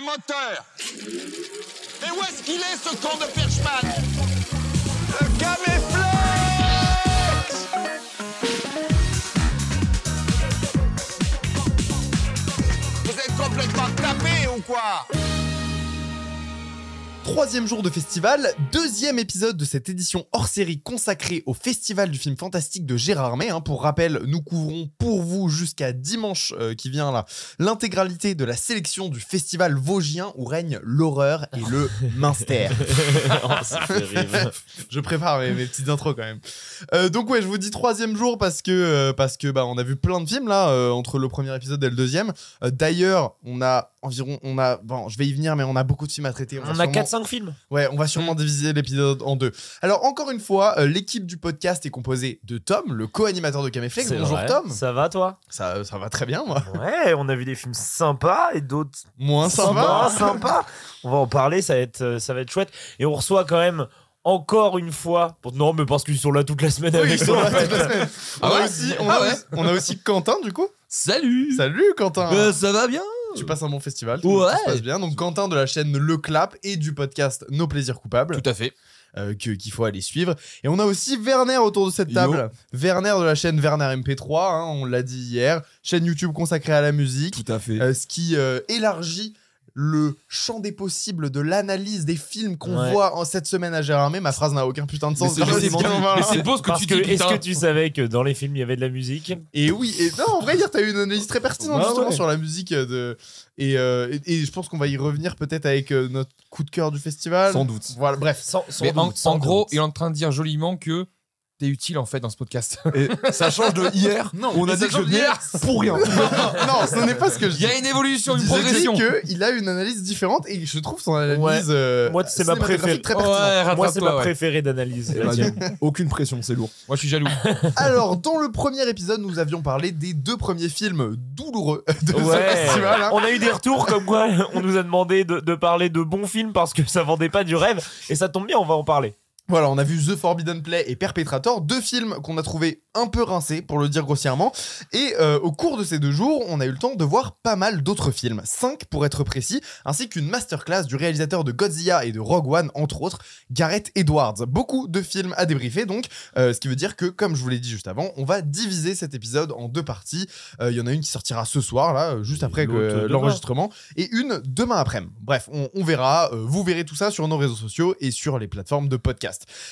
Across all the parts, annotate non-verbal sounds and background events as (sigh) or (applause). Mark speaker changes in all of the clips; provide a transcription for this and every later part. Speaker 1: moteurs. Et où est-ce qu'il est, ce con de Perchman Le caméflex Vous êtes complètement tapés ou quoi
Speaker 2: Troisième jour de festival, deuxième épisode de cette édition hors série consacrée au Festival du film fantastique de Gérard May. hein. Pour rappel, nous couvrons pour vous jusqu'à dimanche euh, qui vient là l'intégralité de la sélection du Festival Vosgien où règne l'horreur et le minster.
Speaker 3: (laughs)
Speaker 2: je prépare mes, mes petites intros quand même. Euh, donc ouais, je vous dis troisième jour parce que euh, parce que bah on a vu plein de films là euh, entre le premier épisode et le deuxième. Euh, D'ailleurs, on a environ on a bon, je vais y venir mais on a beaucoup de films à traiter. va
Speaker 3: On a
Speaker 2: sûrement-
Speaker 3: 4-5 films.
Speaker 2: Ouais, on va
Speaker 4: Mm.
Speaker 2: sûrement diviser l'épisode en deux. Alors encore une fois, euh, l'équipe du podcast est composée de Tom, le co-animateur de Caméflex.
Speaker 4: C'est
Speaker 2: Bonjour
Speaker 4: vrai.
Speaker 2: Tom.
Speaker 3: Ça va toi
Speaker 2: Ça, ça va très bien moi.
Speaker 3: Ouais, on a vu des films sympas et d'autres
Speaker 2: Moins ça
Speaker 3: sympas,
Speaker 2: va.
Speaker 3: sympas. On va en parler, ça va être euh, ça va être chouette et on reçoit quand même encore une fois pour- non mais parce qu'ils sont là toute la semaine
Speaker 2: Oui,
Speaker 3: avec
Speaker 2: ils sont
Speaker 3: nous,
Speaker 2: là
Speaker 3: en (laughs) fait.
Speaker 2: toute la semaine. On
Speaker 4: Ah
Speaker 2: a
Speaker 4: ouais
Speaker 2: aussi- on
Speaker 4: Ah
Speaker 2: a
Speaker 4: ouais.
Speaker 2: aussi- on a aussi Quentin du coup.
Speaker 4: Salut
Speaker 2: Salut Quentin.
Speaker 4: Euh, Ça va bien
Speaker 2: Tu passes un bon festival.
Speaker 4: Ouais.
Speaker 2: Tout se passe bien. Donc, Quentin de la chaîne Le Clap et du podcast Nos Plaisirs Coupables,
Speaker 4: Tout à fait.
Speaker 2: euh, que- qu'il faut aller suivre. Et on a aussi Werner autour de cette table. Werner de la chaîne Werner MP3, hein, on l'a dit hier. Chaîne YouTube consacrée à la musique,
Speaker 4: à fait.
Speaker 2: euh, ce qui euh, élargit le champ des possibles de l'analyse des films qu'on
Speaker 3: Ouais.
Speaker 2: voit en cette semaine à Gérard May. Ma phrase n'a aucun putain de
Speaker 4: Mais
Speaker 2: sens.
Speaker 4: c'est
Speaker 2: Parce que-
Speaker 4: mais c'est beau ce que
Speaker 3: Parce
Speaker 4: tu
Speaker 3: que
Speaker 4: dis.
Speaker 3: est-ce
Speaker 4: putain.
Speaker 3: que tu savais que dans les films il y avait de la musique
Speaker 2: Et oui, et non, en vrai, hier, t'as eu une analyse très pertinente
Speaker 3: Bah
Speaker 2: justement
Speaker 3: ouais.
Speaker 2: sur la musique euh, de. Et, euh, et, et je pense qu'on va y revenir peut-être avec euh, notre coup de cœur du festival.
Speaker 4: Sans doute.
Speaker 2: Voilà, bref.
Speaker 3: Sans, sans
Speaker 4: Mais
Speaker 3: doute,
Speaker 4: en,
Speaker 3: sans
Speaker 4: en gros,
Speaker 3: doute.
Speaker 4: il est en train de dire joliment que t'es utile en fait dans ce podcast.
Speaker 5: Ça change de hier.
Speaker 2: Non,
Speaker 5: on
Speaker 4: mais
Speaker 5: a
Speaker 4: ça
Speaker 5: dit que
Speaker 4: change
Speaker 5: je venais
Speaker 4: d'hier.
Speaker 5: pour rien.
Speaker 2: (laughs) non, ce n'est pas ce que je
Speaker 4: Il
Speaker 2: dis.
Speaker 4: y a une évolution, une
Speaker 2: Je dis
Speaker 4: progression.
Speaker 2: que il a une analyse différente et je trouve son analyse.
Speaker 3: Ouais.
Speaker 2: euh,
Speaker 3: Moi, c'est ma
Speaker 2: cinématographique
Speaker 3: préférée.
Speaker 2: Très pertinente.
Speaker 4: Ouais,
Speaker 3: moi c'est ma
Speaker 4: rattrape-toi. ouais.
Speaker 3: préférée d'analyse. la
Speaker 5: Bah,
Speaker 3: tienne.
Speaker 5: dis- Aucune pression, c'est lourd.
Speaker 4: Moi, je suis jaloux.
Speaker 2: Alors, dans le premier épisode, nous avions parlé des deux premiers films douloureux de ce
Speaker 3: Ouais.
Speaker 2: festival. hein.
Speaker 3: On a eu des retours comme quoi (laughs) on nous a demandé de, de parler de bons films parce que ça vendait pas du rêve et ça tombe bien, on va en parler.
Speaker 2: Voilà, on a vu The Forbidden Play et Perpetrator, deux films qu'on a trouvé un peu rincés, pour le dire grossièrement. Et euh, au cours de ces deux jours, on a eu le temps de voir pas mal d'autres films, cinq pour être précis, ainsi qu'une masterclass du réalisateur de Godzilla et de Rogue One, entre autres, Gareth Edwards. Beaucoup de films à débriefer, donc, euh, ce qui veut dire que, comme je vous l'ai dit juste avant, on va diviser cet épisode en deux parties. Euh, Il y en a une qui sortira ce soir, là, euh, juste
Speaker 3: Et
Speaker 2: après que-
Speaker 3: l'autre demain.
Speaker 2: l'enregistrement et une demain après-midi. Bref, on, on verra, euh, vous verrez tout ça sur nos réseaux sociaux et sur les plateformes de podcast.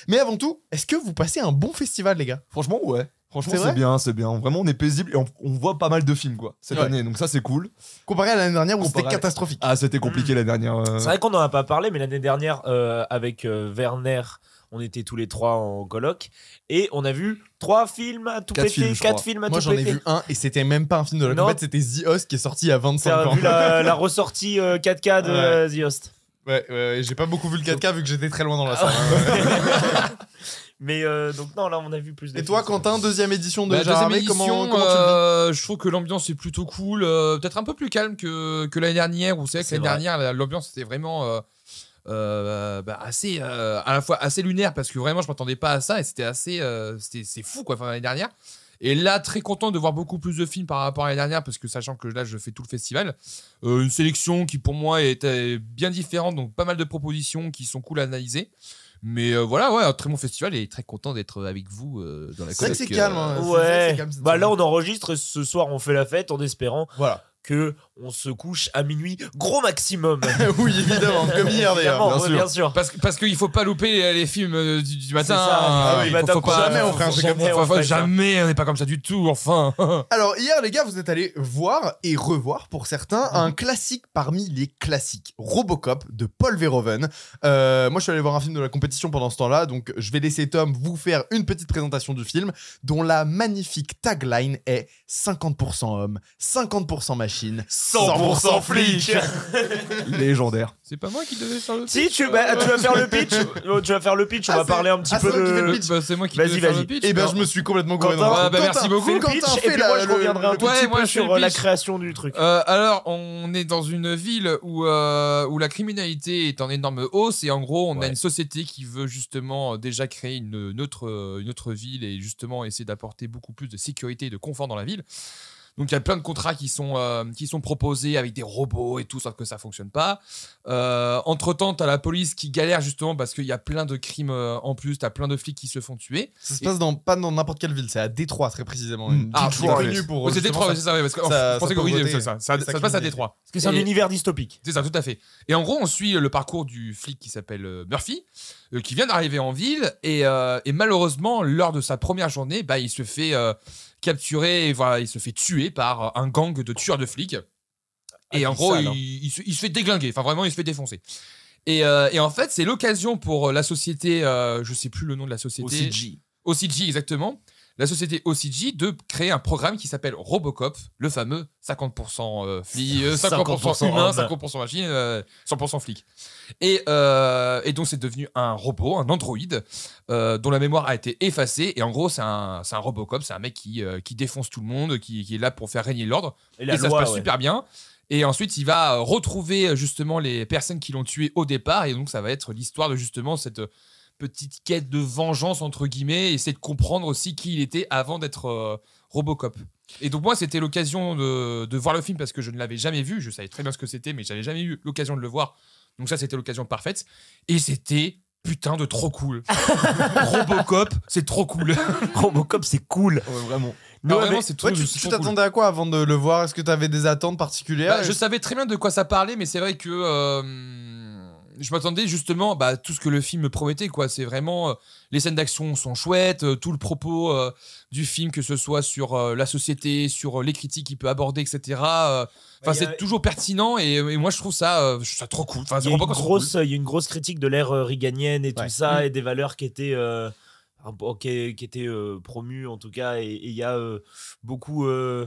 Speaker 2: Mais avant tout, est-ce que vous passez un bon festival, les gars
Speaker 5: Franchement, ouais. Franchement,
Speaker 2: C'est vrai
Speaker 5: c'est bien, c'est bien. Vraiment, on est paisible et on, on voit pas mal de films quoi cette
Speaker 2: Ouais.
Speaker 5: année, donc ça c'est cool.
Speaker 2: Comparé à l'année dernière où
Speaker 5: Comparé
Speaker 2: c'était
Speaker 5: à-
Speaker 2: catastrophique.
Speaker 5: Ah, c'était
Speaker 2: Mm.
Speaker 5: compliqué la dernière. euh,
Speaker 3: C'est vrai qu'on n'en a pas parlé, mais l'année dernière, euh, avec euh, Werner, on était tous les trois en colloque et on a vu trois films à tout
Speaker 5: Quatre
Speaker 3: péter,
Speaker 5: films, je
Speaker 3: quatre
Speaker 5: crois.
Speaker 3: films à
Speaker 2: Moi,
Speaker 3: tout
Speaker 2: j'en ai
Speaker 3: péter.
Speaker 2: vu un et c'était même pas un film de la
Speaker 3: Non.
Speaker 2: compète, c'était The Host qui est sorti il y a 25
Speaker 3: T'as
Speaker 2: ans.
Speaker 3: euh, vu la, la ressortie euh, 4K de
Speaker 2: Ouais.
Speaker 3: euh, The Host. (laughs)
Speaker 2: Ouais, ouais, ouais, j'ai pas beaucoup vu le 4K vu que j'étais très loin dans la salle.
Speaker 3: Ah Mais euh, donc, non, là, on a vu plus de
Speaker 2: Et toi,
Speaker 3: films.
Speaker 2: Quentin, Bah, deuxième édition de
Speaker 4: La
Speaker 2: Gérard
Speaker 4: deuxième
Speaker 2: May, comment,
Speaker 4: édition,
Speaker 2: comment tu le vis
Speaker 4: Bah, euh, je trouve que l'ambiance est plutôt cool, euh, peut-être un peu plus calme que, que l'année dernière, où c'est vrai que
Speaker 3: C'est
Speaker 4: l'année
Speaker 3: vrai.
Speaker 4: dernière, la- l'ambiance était vraiment euh, euh, bah, assez, euh, à la fois assez lunaire, parce que vraiment, je m'attendais pas à ça, et c'était assez, euh, c'était- c'est fou, quoi, enfin, l'année dernière. Et là, très content de voir beaucoup plus de films par rapport à l'année dernière, parce que sachant que là, je fais tout le festival, Euh, une sélection qui pour moi était bien différente, donc pas mal de propositions qui sont cool à analyser. Mais euh, voilà, ouais, un très bon festival et très content d'être avec vous euh, dans la
Speaker 2: C'est vrai que c'est
Speaker 4: coloc,
Speaker 2: calme.
Speaker 4: euh,
Speaker 2: hein, c'est vrai que
Speaker 3: Ouais,
Speaker 2: c'est calme cette
Speaker 3: bah là
Speaker 2: semaine.
Speaker 3: on enregistre, ce soir on fait la fête en espérant
Speaker 2: Voilà.
Speaker 3: que on se couche à minuit, gros maximum.
Speaker 2: oui, évidemment, (laughs) comme hier d'ailleurs.
Speaker 3: Évidemment,
Speaker 5: bien
Speaker 3: ouais,
Speaker 5: sûr.
Speaker 3: bien sûr.
Speaker 4: Parce, que- parce qu'il faut pas louper euh, les films euh, du, du matin.
Speaker 3: C'est ça,
Speaker 4: hein.
Speaker 2: Ah oui,
Speaker 4: Faut-
Speaker 3: matin,
Speaker 4: faut
Speaker 3: qu'on-
Speaker 4: pas-
Speaker 2: jamais on ferait un truc comme
Speaker 3: jamais
Speaker 4: faut-
Speaker 3: on
Speaker 4: faut-
Speaker 3: ferait ça.
Speaker 4: jamais, on n'est pas comme ça du tout, enfin. (laughs)
Speaker 2: Alors hier les gars, vous êtes allés voir et revoir pour certains un classique parmi les classiques, Robocop de Paul Verhoeven. Euh, moi je suis allé voir un film de la compétition pendant ce temps-là, donc je vais laisser Tom vous faire une petite présentation du film dont la magnifique tagline est 50% homme, 50% machine. 100% flic.
Speaker 5: Légendaire.
Speaker 4: C'est pas moi qui devais faire le
Speaker 3: Si tu, bah, tu vas faire le pitch, Oh, tu vas faire le pitch, on
Speaker 2: Euh. Ah,
Speaker 3: va
Speaker 2: c'est-
Speaker 3: parler un petit
Speaker 2: ah,
Speaker 3: peu
Speaker 2: c'est toi qui fais le
Speaker 3: de.
Speaker 2: pitch.
Speaker 4: Bah, c'est moi qui
Speaker 3: Vas-y,
Speaker 4: devais faire
Speaker 3: vas-y.
Speaker 4: le pitch.
Speaker 2: Et ben je me suis complètement gouré dans
Speaker 3: Quentin,
Speaker 2: le-
Speaker 4: Ouais, bah,
Speaker 2: Quentin,
Speaker 4: merci beaucoup.
Speaker 2: fais
Speaker 3: le pitch,
Speaker 2: Quentin,
Speaker 3: et
Speaker 2: fais
Speaker 3: puis
Speaker 2: la-
Speaker 3: moi je
Speaker 2: le-
Speaker 3: reviendrai un
Speaker 2: le
Speaker 3: petit
Speaker 4: Ouais, moi,
Speaker 3: peu
Speaker 4: je fais
Speaker 3: sur
Speaker 4: le
Speaker 3: euh, la
Speaker 4: pitch.
Speaker 3: création du truc.
Speaker 4: Euh, alors, on est dans une ville où, euh, où la criminalité est en énorme hausse et en gros, on a
Speaker 3: Ouais.
Speaker 4: une société qui veut justement euh, déjà créer une, une autre, euh, une autre ville et justement essayer d'apporter beaucoup plus de sécurité et de confort dans la ville. Donc il y a plein de contrats qui sont, euh, qui sont proposés avec des robots et tout, sauf que ça fonctionne pas. Euh, Entre-temps, tu as la police qui galère justement parce qu'il y a plein de crimes euh, en plus, tu as plein de flics qui se font tuer.
Speaker 2: Ça se passe dans, pas dans n'importe quelle ville, c'est à Détroit très précisément. Une
Speaker 4: Ah,
Speaker 2: ville qui est
Speaker 4: Détroit,
Speaker 2: connue pour.
Speaker 4: Ouais, c'est
Speaker 2: justement
Speaker 4: Détroit,
Speaker 2: ça.
Speaker 4: ouais, c'est ça, ouais, parce que
Speaker 2: ça-
Speaker 4: oh,
Speaker 2: ça
Speaker 4: je pensais
Speaker 2: peut
Speaker 4: que oui,
Speaker 2: voter.
Speaker 4: c'est ça, ça,
Speaker 2: C'est ça
Speaker 4: ça
Speaker 2: qui
Speaker 4: se passe à
Speaker 2: nous dit.
Speaker 4: Détroit.
Speaker 3: Parce que c'est un
Speaker 4: Et-
Speaker 3: univers dystopique.
Speaker 4: C'est ça, tout à fait. Et en gros, on suit euh, le parcours du flic qui s'appelle euh, Murphy, euh, qui vient d'arriver en ville, et, euh, et malheureusement, lors de sa première journée, bah, il se fait euh, capturer, et voilà, il se fait tuer par euh, un gang de tueurs de flics. Et
Speaker 3: Ah,
Speaker 4: en
Speaker 3: c'est
Speaker 4: gros,
Speaker 3: ça,
Speaker 4: il,
Speaker 3: alors.
Speaker 4: il se, il se fait déglinguer, enfin vraiment, il se fait défoncer. Et, euh, et en fait, c'est l'occasion pour la société, euh, je sais plus le nom de la société. OCG, exactement. La société OCG de créer un programme qui s'appelle Robocop, le fameux 50% euh, flic, euh, 50%,
Speaker 3: 50%
Speaker 4: humain,
Speaker 3: homme.
Speaker 4: 50% machine, euh, 100% flic. Et, euh, et donc c'est devenu un robot, un androïde, euh, dont la mémoire a été effacée. Et en gros, c'est un, c'est un Robocop, c'est un mec qui, euh, qui défonce tout le monde, qui, qui est là pour faire régner l'ordre.
Speaker 3: Et
Speaker 4: Et
Speaker 3: la
Speaker 4: ça
Speaker 3: loi,
Speaker 4: se passe
Speaker 3: ouais.
Speaker 4: super bien. Et ensuite, il va euh, retrouver euh, justement les personnes qui l'ont tué au départ. Et donc, ça va être l'histoire de justement cette euh, petite quête de vengeance, entre guillemets, et essayer de comprendre aussi qui il était avant d'être euh, Robocop. Et donc, moi, c'était l'occasion de, de voir le film parce que je ne l'avais jamais vu. Je savais très bien ce que c'était, mais j'avais jamais eu l'occasion de le voir. Donc, ça, c'était l'occasion parfaite. Et c'était putain de trop cool. Robocop, c'est trop cool.
Speaker 3: Robocop, c'est cool.
Speaker 2: Ouais, vraiment.
Speaker 3: Nous,
Speaker 4: Non,
Speaker 3: avec-
Speaker 4: vraiment, c'est trop
Speaker 2: Ouais, tu
Speaker 4: c'est
Speaker 2: tu
Speaker 4: trop cool.
Speaker 2: t'attendais à quoi avant de le voir Est-ce que t'avais des attentes particulières
Speaker 4: Bah, je savais très bien de quoi ça parlait, mais c'est vrai que euh, je m'attendais justement bah, à tout ce que le film me promettait. quoi. C'est vraiment euh, les scènes d'action sont chouettes, euh, tout le propos euh, du film, que ce soit sur euh, la société, sur euh, les critiques qu'il peut aborder, etc. euh, Enfin,
Speaker 3: Bah, y a-
Speaker 4: c'est toujours pertinent et, et moi je trouve ça, euh, je trouve ça trop cool. Enfin,
Speaker 3: Il y,
Speaker 4: c'est
Speaker 3: a une
Speaker 4: vraiment pas trop
Speaker 3: grosse, il y a une grosse critique de l'ère euh, reaganienne et
Speaker 2: Ouais.
Speaker 3: tout ça, et des valeurs qui étaient, euh, un peu- qui, qui étaient euh, promues en tout cas. Et et il y a euh, beaucoup, euh,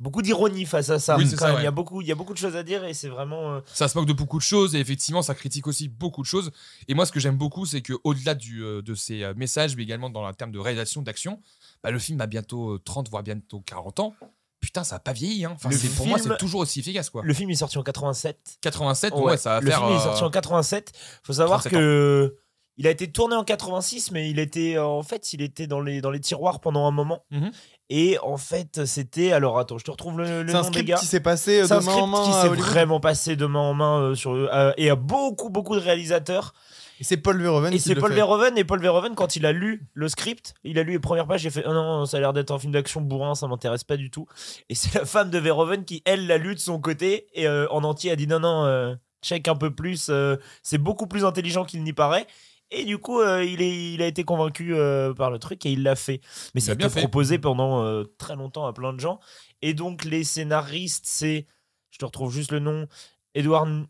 Speaker 3: beaucoup d'ironie face à ça.
Speaker 4: Oui,
Speaker 3: quand
Speaker 4: c'est ça,
Speaker 3: même.
Speaker 4: ouais.
Speaker 3: Il y a beaucoup, il y a beaucoup de choses à dire et c'est vraiment. euh,
Speaker 4: cool. Ça se moque de beaucoup de choses et effectivement ça critique aussi beaucoup de choses. Et moi ce que j'aime beaucoup c'est que au-delà du, euh, de ces euh, messages, mais également dans le terme de réalisation d'action, bah, le film a bientôt euh, 30 voire bientôt 40 ans. Putain, ça a pas vieilli. Hein. Enfin,
Speaker 3: Le
Speaker 4: c'est- pour moi,
Speaker 3: film-
Speaker 4: c'est toujours aussi efficace. quoi.
Speaker 3: Le film est sorti en 87.
Speaker 4: 87, ouais, ça va
Speaker 3: le
Speaker 4: faire.
Speaker 3: film est
Speaker 4: euh,
Speaker 3: sorti en 87. Faut savoir
Speaker 4: 37 ans.
Speaker 3: que il a été tourné en 86, mais il était euh, en fait, il était dans les dans les tiroirs pendant un moment.
Speaker 4: Mhm.
Speaker 3: Et en fait, c'était alors attends, je te retrouve le, le
Speaker 2: C'est un
Speaker 3: nom des
Speaker 2: script
Speaker 3: gars.
Speaker 2: qui s'est passé euh,
Speaker 3: C'est
Speaker 2: de
Speaker 3: un
Speaker 2: main en
Speaker 3: script qui
Speaker 2: main. à
Speaker 3: s'est
Speaker 2: Hollywood.
Speaker 3: vraiment passé de main en main euh, sur euh, et à beaucoup beaucoup de réalisateurs.
Speaker 2: Et c'est Paul Verhoeven
Speaker 3: Et
Speaker 2: qui
Speaker 3: c'est
Speaker 2: le
Speaker 3: Paul
Speaker 2: fait.
Speaker 3: Verhoeven et Paul Verhoeven quand il a lu le script, il a lu les premières pages, il a fait Ah non ça a l'air d'être un film d'action bourrin, ça m'intéresse pas du tout. Et c'est la femme de Verhoeven qui elle l'a lu de son côté et euh, en entier a dit non non euh, check un peu plus, euh, c'est beaucoup plus intelligent qu'il n'y paraît. Et du coup, euh, il, est, il a été convaincu euh, par le truc et il l'a fait. Mais
Speaker 4: Il
Speaker 3: ça
Speaker 4: l'a
Speaker 3: a
Speaker 4: bien
Speaker 3: été
Speaker 4: fait.
Speaker 3: proposé pendant euh, très longtemps à plein de gens. Et donc, les scénaristes, c'est, je te retrouve juste le nom, Edouard, N-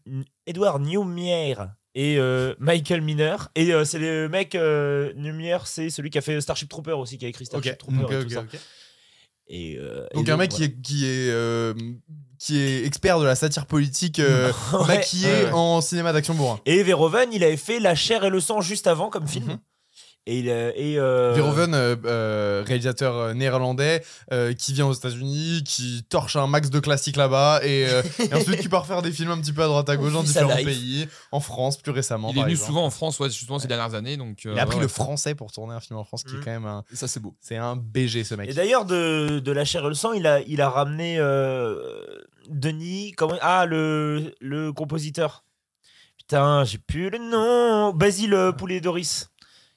Speaker 3: Edouard Newmier et euh, Michael Miner. Et euh, c'est le mec, euh, Newmier, c'est celui qui a fait Starship Trooper aussi, qui a écrit Starship
Speaker 4: Ok.
Speaker 3: Trooper
Speaker 2: Ok,
Speaker 3: et tout
Speaker 2: ok,
Speaker 3: ça.
Speaker 2: ok.
Speaker 3: Et, euh, et
Speaker 2: Donc un mec qui
Speaker 3: voilà.
Speaker 2: est qui est euh, qui est expert de la satire politique euh,
Speaker 3: (laughs)
Speaker 2: maquillé
Speaker 4: Ouais, ouais.
Speaker 2: en cinéma d'action bourrin.
Speaker 3: Et Verhoeven, il avait fait La chair et le sang juste avant comme film.
Speaker 2: Mhm.
Speaker 3: Et, il, euh, et, euh,
Speaker 2: Verhoeven, euh, euh, réalisateur euh, néerlandais, euh, qui vient aux États-Unis, qui torche un max de classiques là-bas, et,
Speaker 3: (laughs)
Speaker 2: euh, et ensuite qui part faire des films un petit peu à droite à gauche dans
Speaker 3: Vit sa
Speaker 2: différents
Speaker 3: life.
Speaker 2: pays, en France plus récemment.
Speaker 4: Il est
Speaker 2: par
Speaker 4: venu
Speaker 2: exemple.
Speaker 4: souvent en France, ouais, justement, ces dernières années. Donc, euh,
Speaker 2: Il a appris
Speaker 4: ouais.
Speaker 2: le français pour tourner un film en France, qui est
Speaker 3: Mhm.
Speaker 2: quand même un,
Speaker 5: Et ça, c'est beau.
Speaker 2: c'est un BG ce mec.
Speaker 3: Et d'ailleurs, de, de la chair et le sang, il a, il a ramené euh, Denis, comment, ah, le, le compositeur. Putain, j'ai plus le nom. Basile euh, Poulet Doris,